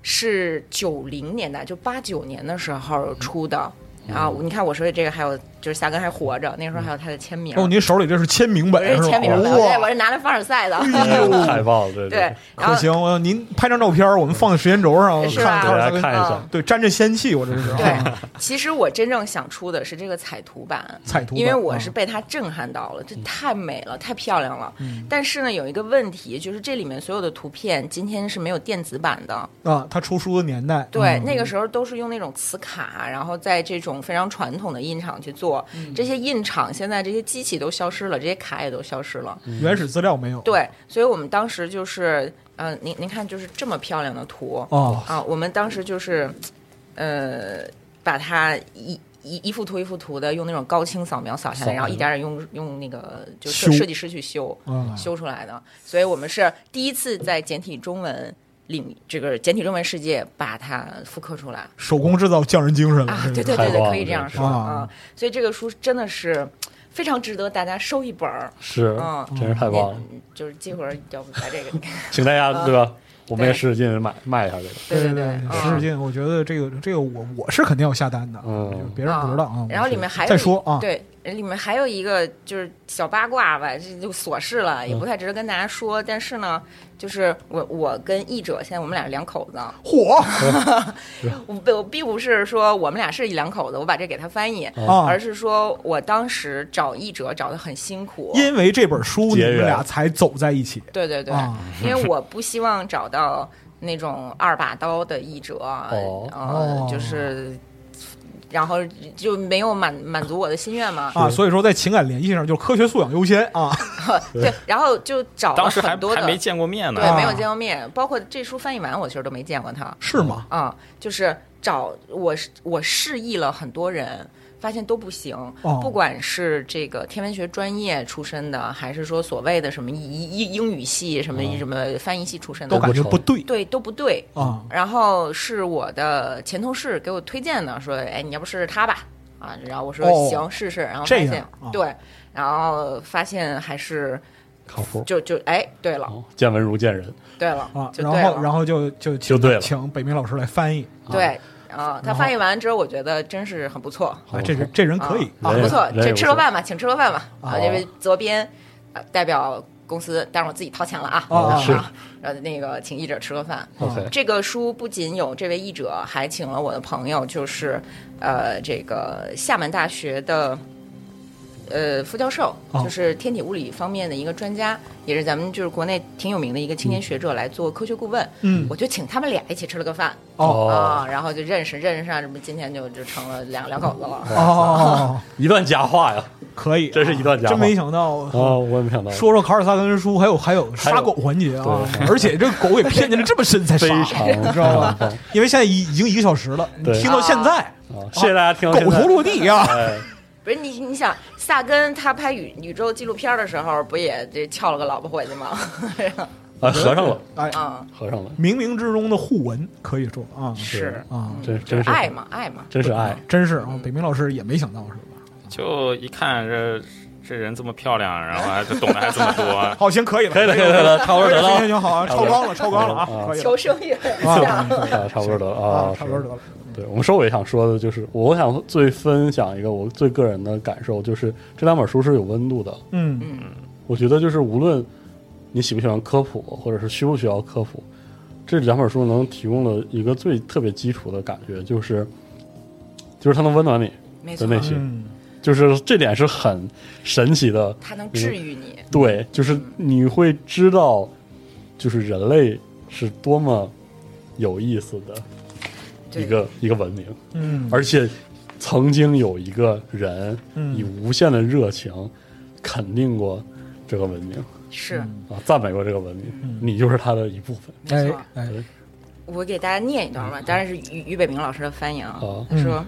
D: 是九零年代，就八九年的时候出的。啊，你看我说的这个，还有就是夏根还活着，那时候还有他的签名。
C: 哦，您手里这是签名
D: 我
C: 本
D: 是
C: 是吧？
D: 签名的，对，我
C: 哇，
D: 是拿着凡尔赛的，
B: 太棒了，对
D: 嗯对，然
C: 可
D: 后
C: 行！我您拍张照片，我们放在时间轴上
D: 是
C: 看
D: 吧
B: 给大家
C: 看
B: 看一下
D: 嗯，
C: 对，沾着仙气，我这是。
D: 对
C: 啊，
D: 其实我真正想出的是这个彩图版，
C: 彩图版嗯
D: 因为我是被它震撼到了，这太美了，太漂亮了。但是呢，有一个问题，就是这里面所有的图片今天是没有电子版的，
C: 啊，他出书的年代。
D: 对，
C: 嗯
D: 那个时候都是用那种磁卡，然后在这种非常传统的印厂去做。
C: 嗯
D: 这些印厂现在这些机器都消失了，这些卡也都消失了。
C: 原始资料没有。
D: 对，所以我们当时就是，呃，您您看，就是这么漂亮的图，
C: 哦，
D: 啊，我们当时就是，呃，把它一一一幅图一幅图的用那种高清扫描扫
B: 扫
D: 下来，然后
B: 描
D: 一点点用用那个就
C: 修
D: 是设计师去修
C: 嗯
D: 修出来的。所以我们是第一次在简体中文领这个简体中文世界把它复刻出来
C: 手工制造匠人精神了。
D: 啊
C: 这，个
D: 对对
B: 太
D: 对
B: 棒
D: 对，可
B: 了
D: 以这
B: 这
D: 样
B: 个
D: 说
C: 啊
D: 啊。所以这个书真的是非常值得大家收一本儿，
B: 是
D: 嗯，
B: 真是太棒了，
D: 也就是这会儿要不把这个，
B: 请大家对吧？我们也
D: 对
B: 使使劲卖卖一下这个，
D: 对
C: 嗯对
D: 对，
C: 十指
D: 嗯。
C: 进，我觉得这个这个我我是肯定要下单的，
B: 嗯
C: 就是别人不知道啊。
D: 然后
C: 我是
D: 里面还有
C: 再
D: 一
C: 说啊，
D: 对，里面还有一个就是小八卦吧，这就琐事了，
C: 嗯
D: 也不太值得跟大家说。但是呢，就是我我跟译者现在我们俩是两口子，
C: 火
D: 我不我并不是说我们俩是一两口子，我把这给他翻译，
C: 啊
D: 而，是说我当时找译者找的很辛苦，
C: 因为这本书你
B: 结缘
C: 们俩才走在一起。
D: 对对对，
C: 啊
D: 因为我不希望找到那种二把刀的译者，
B: 哦
D: 呃，就是。
C: 哦
D: 然后就没有满满足我的心愿嘛？
C: 啊，所以说在情感联系上，就是科学素养优先啊。
D: 对，然后就找了
E: 当时还
D: 很多
E: 还
D: 的，
E: 没见过面呢
D: 对，
C: 啊，
D: 没有见过面，包括这书翻译完，我其实都没见过他
C: 是吗？
D: 啊、就是找我是我示意了很多人。发现都不行，
C: 哦
D: 不管是这个天文学专业出身的，还是说所谓的什么英英英语系、什么什么翻译系出身的，
C: 哦都感觉不对
D: 对都不对。
C: 啊。
D: 然后是我的前同事给我推荐的，说：“哎，你要不试试他吧？”啊，然后我说：“
C: 哦
D: 行，试试。”然后
C: 这
D: 发
C: 样
D: 现、
C: 啊
D: 对，然后发现还是
B: 靠谱，
D: 就就哎，对了，
B: 哦见文如见人，
D: 对了，
C: 啊，
D: 就
C: 然
D: 对了
C: 后，然后就就请
B: 就对了
C: 请北明老师来翻译
D: 对啊，他
C: 然后
D: 翻译完之后，我觉得真是很不错，
B: 好
C: 啊，这人这人
D: 啊
C: 可以
D: 啊，
B: 人也
D: 不错，
B: 人也
D: 这
B: 不
D: 吃
B: 错
D: 了饭吧，请吃了饭吧
B: 哦
D: 啊，这位责编呃代表公司，但是我自己掏钱了啊
C: 哦
D: 啊
B: 是，
D: 呃，那个请译者吃个饭。
B: OK，
D: 这个书不仅有这位译者，还请了我的朋友，就是呃，这个厦门大学的呃副教授，
C: 哦
D: 就是天体物理方面的一个专家，也是咱们就是国内挺有名的一个青年学者来做科学顾问。
C: 嗯
D: 我就请他们俩一起吃了个饭。
C: 哦
D: 啊
B: 哦，，
D: 然后就认识认识上，这不今天就就成了两两口子了。
C: 哦，
B: 一段佳话呀，
C: 可以，
B: 真是一段佳话
C: 真没想到。
B: 啊，我也没想到，
C: 哦说说卡尔萨根书，还有还有
B: 还
C: 杀
B: 有
C: 狗环节啊
B: 对，
C: 而且这狗给骗进来这么深才杀，
B: 非常
C: 你知道
B: 哦
C: 吧？因为现在已已经一个小时了，你
B: 对
C: 听到现在，
B: 啊，谢谢大家听到
C: 哦
B: 现
C: 狗
B: 在
C: 头落地 啊！
B: 哎，
D: 不是你你想，萨根他拍宇宇宙纪录片的时候，不也这撬了个老婆回去吗？
B: 啊，合上了，
C: 哎，
D: 啊，
B: 合上了，
C: 冥冥之中的互文可以说啊
D: 是
C: 啊，
B: 真
D: 就
B: 真
D: 是
B: 是
D: 爱，嘛爱嘛，
B: 真是爱，
C: 真是啊，北明老师也没想到是吧？，
E: 就一看这这人这么漂亮，然后还就懂得还这么多
C: 好，行，可以了，可以了，
B: 可以了可以了差不多得了
C: 行行行，好啊，超纲了，超纲了啊，
B: 啊
C: 可以了
D: 求生欲很
C: 啊
D: 强。
B: 啊，差不多得了
C: 啊
B: 啊，，
C: 差不多得了。
B: 对我们收尾想说的就是，我想最分享一个我最个人的感受，就是这两本书是有温度的。
C: 嗯，
B: 我我觉得就是无论你喜不喜欢科普，或者是需不需要科普，这两本书能提供了一个最特别基础的感觉，就是就是它能温暖你，
D: 没
B: 的
D: 错，
B: 那些，
C: 嗯，
B: 就是这点是很神奇的。
D: 它能治愈你。
B: 对，就是你会知道，就是人类是多么有意思的
D: 对
B: 一个一个文明，
C: 嗯，
B: 而且曾经有一个人
C: 嗯
B: 以无限的热情肯定过这个文明
D: 是，
B: 啊，赞美过这个文
C: 嗯
B: 明，你就是它的一部分。
D: 没
C: 哎
D: 错。
C: 哎，
D: 我给大家念一段吧，当然是俞俞北明老师的翻译啊
B: 好。
D: 他说：“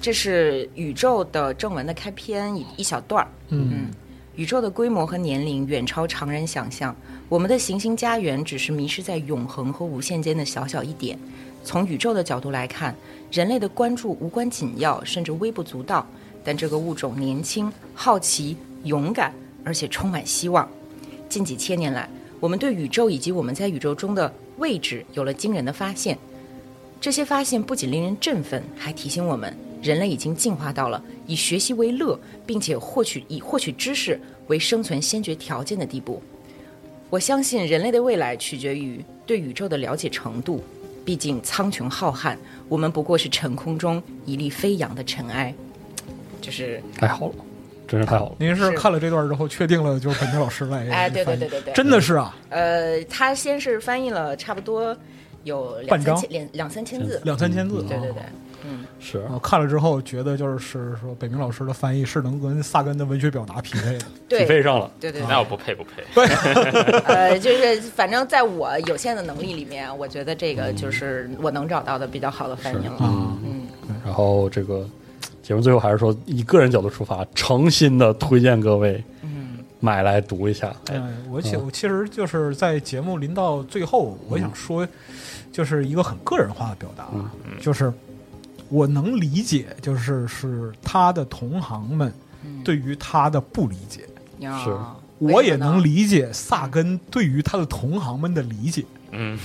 D: 这是宇宙的正文的开篇一一小段儿。
C: 嗯
D: 宇宙的规模和年龄远超常人想象，我们的行星家园只是迷失在永恒和无限间的小小一点。从宇宙的角度来看，人类的关注无关紧要，甚至微不足道。但这个物种年轻、好奇、勇敢，而且充满希望。近几千年来，我们对宇宙以及我们在宇宙中的位置有了惊人的发现。这些发现不仅令人振奋，还提醒我们，人类已经进化到了以学习为乐，并且获取以获取知识为生存先决条件的地步。我相信人类的未来取决于对宇宙的了解程度，毕竟苍穹浩瀚，我们不过是晨空中一粒飞扬的尘埃。就是，
B: 太好了，真是太好了。
C: 您是
D: 是，
C: 看了这段之后确定了，就是本地老师来
D: 哎，对对对，对对，
C: 真的是啊，
D: 呃，他先是翻译了差不多有两
C: 半
D: 三
C: 张
D: 千两两三千字，
C: 两三千字，
D: 嗯对对对
C: 啊。，
B: 是啊
C: 我看了之后觉得就是说，北明老师的翻译是能跟萨根的文学表达匹配的，
B: 匹
D: 对
B: 配上了，
D: 对对
E: 那
D: 对，
E: 我不配不配，
D: 呃，就是反正在我有限的能力里面，我觉得这个就是我能找到的比较好的翻译了。嗯，
B: 然后这个节目最后还是说，以个人角度出发，诚心的推荐各位，
D: 嗯
B: 买来读一下。
C: 哎，我其我其实就是在节目临到最后，我想说，就是一个很个人化的表达啊，
D: 嗯
C: 就是我能理解，就是是他的同行们
D: 嗯
C: 对于他的不理解，
D: 呀
B: 是
C: 我也能
D: 理
C: 理解萨根对于他的同行们的理解。
E: 嗯，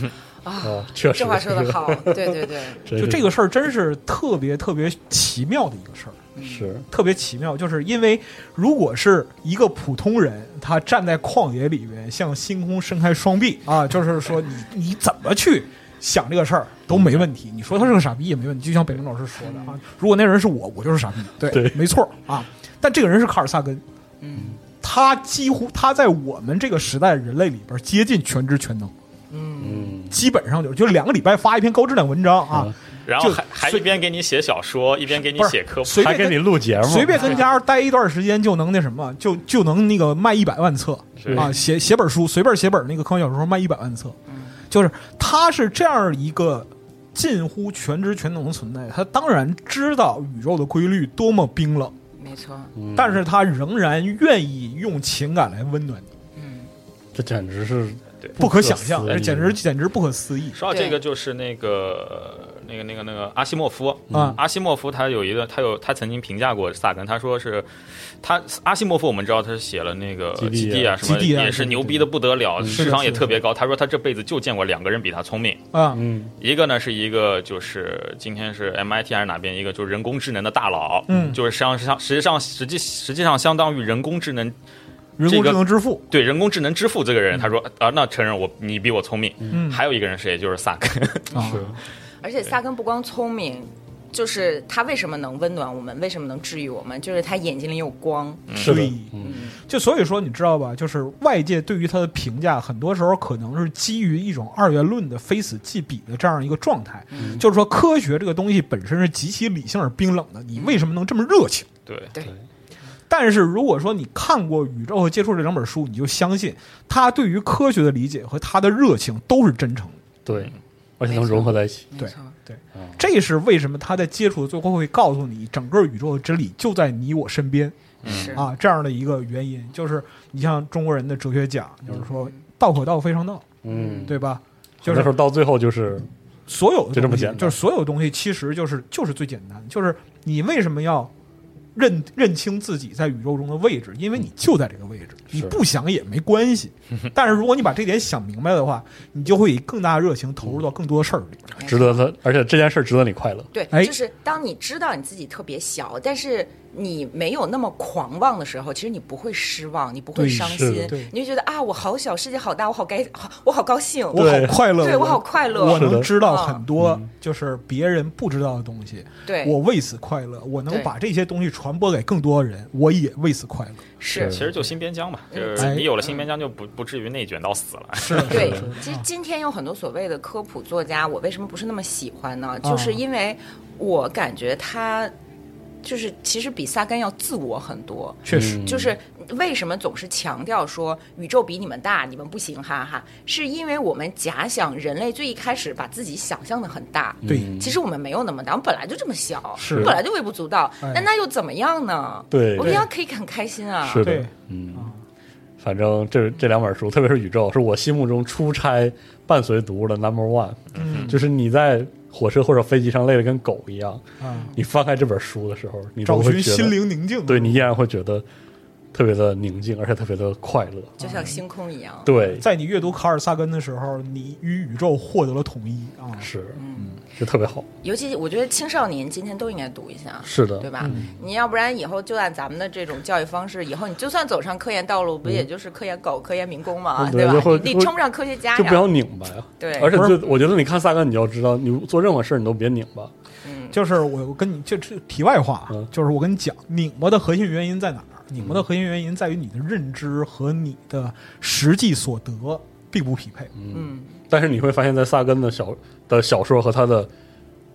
D: 啊，
B: 啊，确实，
D: 这话说的好，对对对，
B: 真
C: 就是这个事儿真是特别特别奇妙的一个事儿，
D: 嗯
B: 是
C: 特别奇妙，就是因为如果是一个普通人，他站在旷野里边向星空伸开双臂啊，就是说你你怎么去想这个事儿都没问
D: 嗯
C: 题，你说他是个傻逼也没问题，就像北明老师说的啊，如果那人是我，我就是傻逼，对，
B: 对
C: 没错啊，但这个人是卡尔萨根，
D: 嗯
C: 他几乎他在我们这个时代人类里边接近全知全能，
D: 嗯，
B: 嗯，
C: 基本上就是就两个礼拜发一篇高质量文章啊，
E: 然后
C: 就
E: 还还
C: 随
E: 一边给你写小说，一边给你
C: 不是
E: 写科普，
C: 随
B: 还
C: 便
B: 给
C: 跟
B: 你录节目，
C: 随便跟家待一段时间就能那什么，就就能那个卖一百万册
E: 是
C: 啊，写写本书，随便写本那个科幻小说卖一百万册，
B: 嗯
C: 就是他是这样一个近乎全知全能的存在，他当然知道宇宙的规律多么冰冷，
D: 没错，
B: 嗯
C: 但是他仍然愿意用情感来温暖你，
D: 嗯，
B: 这简直是
C: 不可想象，
B: 思议
C: 这简直简直不可思议。
E: 说到
D: 对
E: 这个，就是那个那个那个那个阿西莫夫
C: 嗯
E: 阿西莫夫他有一个，他有他曾经评价过萨根，他说是他阿西莫夫，我们知道他是写了那个
B: 基地啊
E: 基地啊什么，
C: 基地啊
E: 也是
C: 对
E: 牛逼的不得了，
C: 嗯是的
E: 智商也
C: 是的
E: 特别高。他说他这辈子就见过两个人比他聪明，
C: 啊，
B: 嗯
E: 一个呢是一个就是今天是 MIT 还是哪边一个就是人工智能的大佬，
C: 嗯
E: 就是实际上实际上实际实际上相当于人工智能
C: 人工智能之父，
E: 对人工智能之父这个人，他说啊那承认我你比我聪明，
C: 嗯，
E: 还有一个人是也就是萨根。
C: 啊
B: 是
D: 而且萨根不光聪明。就是他为什么能温暖我们，为什么能治愈我们？就是他眼睛里有光，
B: 是的
C: 对，嗯就所以说，你知道吧？就是外界对于他的评价，很多时候可能是基于一种二元论的非此即彼的这样一个状态。
B: 嗯
C: 就是说，科学这个东西本身是极其理性而冰冷的，你为什么能这么热情？
E: 对，
C: 但是如果说你看过《宇宙和接触》这两本书，你就相信他对于科学的理解和他的热情都是真诚的。
B: 对，而且能融合在一起，
D: 没
C: 对
D: 错，
C: 对，这是为什么他在接触的最后会告诉你，整个宇宙的真理就在你我身边。
D: 是
C: 啊，这样的一个原因，就是你像中国人的哲学讲，就是
D: 嗯
C: 说道可道非常道，
B: 嗯，
C: 对吧？就
B: 有的时
C: 是
B: 候到最后就是
C: 所有
B: 就这
C: 的
B: 么
C: 东西
B: 简，单
C: 就是所有东西，其实就是就是最简单，就是你为什么要认认清自己在宇宙中的位置？因为你就在这个位置，
B: 嗯
C: 你
B: 是
C: 不想也没 关系。但是如果你把这点想明白的话，你就会以更大的热情投入到更多事儿里边。
D: 没错
B: 值得他，而且这件事值得你快乐，
D: 对，
C: 哎
D: 就是当你知道你自己特别小，但是你没有那么狂妄的时候，其实你不会失望，你不会
B: 对
D: 伤
B: 是
D: 心
B: 的
C: 对，
D: 你就觉得啊，我好小，世界好大，我好该， 好我好高兴，
C: 我
B: 对
C: 好快乐，
D: 对我好快乐
C: 我
B: 是
C: 能
B: 的
C: 知道
D: 嗯
C: 很多就是别人不知道的东西，
D: 对，
C: 我为此快乐，我能
D: 对
C: 把这些东西传播给更多人，我也为此快乐。
D: 是
E: 其实就新边疆嘛，就
D: 嗯
E: 是
C: 哎
E: 你有了新边疆，就不不至于内卷到死了。
C: 是的，
D: 对
C: 是的，
D: 其
C: 是
D: 实
C: 的
D: 今天有很多所谓的科普作家，我为什么不是那么喜欢呢？就
C: 啊
D: 是因为我感觉他就是其实比萨根要自我很多。
C: 确实，
B: 嗯
D: 就是为什么总是强调说宇宙比你们大，你们不行，哈哈，是因为我们假想人类最一开始把自己想象的很大，
C: 对
B: 嗯
D: 其实我们没有那么大，我们本来就这么小，
C: 是
D: 我们本来就微不足道，
C: 哎
D: 那那又怎么样呢？
B: 对
D: 我们一样可以很开心啊。
B: 是的
C: 对，
B: 嗯，反正这这两本书，特别是《宇宙》，是我心目中出差伴随读物的 number one。
C: 嗯
B: 就是你在火车或者飞机上累得跟狗一样，
C: 啊，
B: 你翻开这本书的时候，嗯你都
C: 找
B: 会
C: 寻
B: 觉得，
C: 心灵宁静，
B: 对你依然会觉得特别的宁静，而且特别的快乐。
D: 就像星空一样，
B: 对，
C: 在你阅读卡尔萨根的时候，你与宇宙获得了统一啊！
B: 是，是特别好。
D: 尤其我觉得青少年今天都应该读一下。
B: 是的嗯
D: 对，吧？你要不然以后就按咱们的这种教育方式，以后你就算走上科研道路，不也就是科研狗、科研民工嘛，
B: 嗯
D: 对吧
B: 对就会？
D: 你你称不上科学家
B: 就不要
D: 呀。
B: 拧巴呀。
D: 对
B: 而且最，我觉得你看萨根，你要知道，你做任何事儿你都别拧巴。
D: 嗯，
C: 就是我跟你就这题外话啊
B: 嗯，
C: 就是我跟你讲，拧巴的核心原因在哪儿？拧巴的核心原因在于你的认知和你的实际所得并不匹配。
D: 嗯，
B: 但是你会发现在萨根的小的小说和他的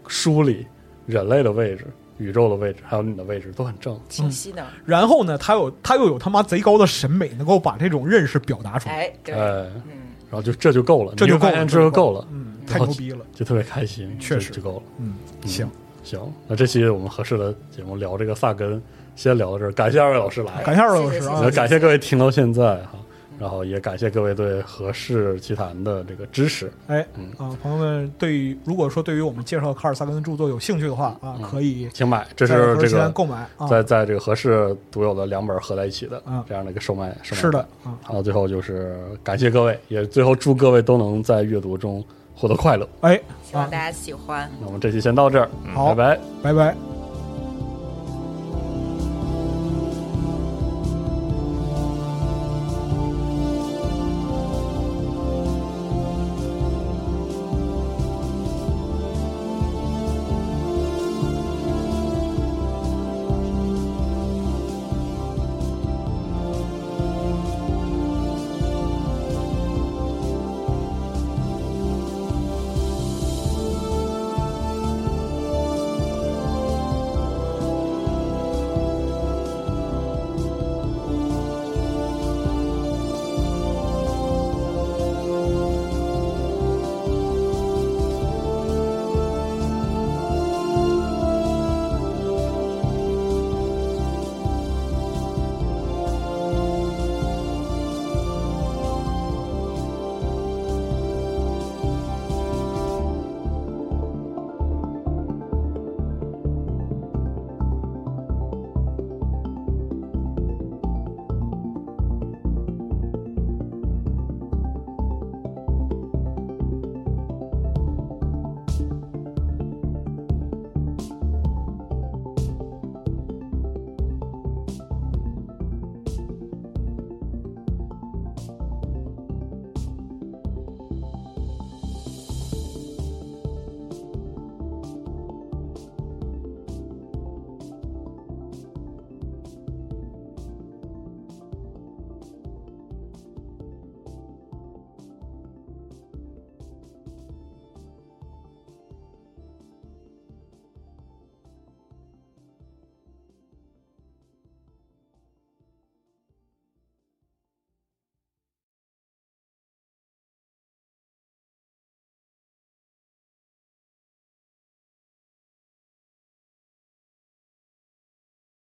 B: 书里，人类的位置、宇宙的位置，还有你的位置都很正。
D: 清晰的，
C: 然后呢，他有他又有他妈贼高的审美，能够把这种认识表达出来，
D: 哎，对，
B: 哎，
D: 嗯，
B: 然后就这就够了，
C: 这就够
B: 你会发
C: 了，
B: 现
C: 这
B: 这就够
C: 了
B: 了，，
C: 嗯，
B: 然
C: 太
B: 后
C: 牛逼了，
B: 就特别开心，
C: 确
B: 就
C: 实
B: 就够了。
C: 嗯，行，
B: 行，那这期我们合适的节目聊这个萨根，先聊到这儿，感谢二位老师来，
C: 感谢二位老
D: 谢
C: 师
D: 谢
C: 啊
D: 哎谢
B: 也
D: 谢，
B: 感谢各位听到现在哈，然后也感谢各位对何氏奇谈的这个支持。
C: 哎
B: 嗯
C: 啊，朋友们，对于如果说对于我们介绍的卡尔萨根的著作有兴趣的话啊，可以
B: 请买，这
C: 在
B: 是
C: 盒
B: 这
C: 子店
B: 个
C: 购买啊，
B: 在在这个合适独有的两本合在一起的
C: 啊
B: 这样的一个售卖。售卖
C: 是的
B: 版。
C: 啊，
B: 然后最后就是感谢各位，也最后祝各位都能在阅读中获得快乐。
C: 哎
D: 希
C: 啊
D: 望大，家喜欢。
B: 那我们这期先到这儿，
C: 好
B: 嗯拜拜。
C: 拜拜。
B: 拜拜。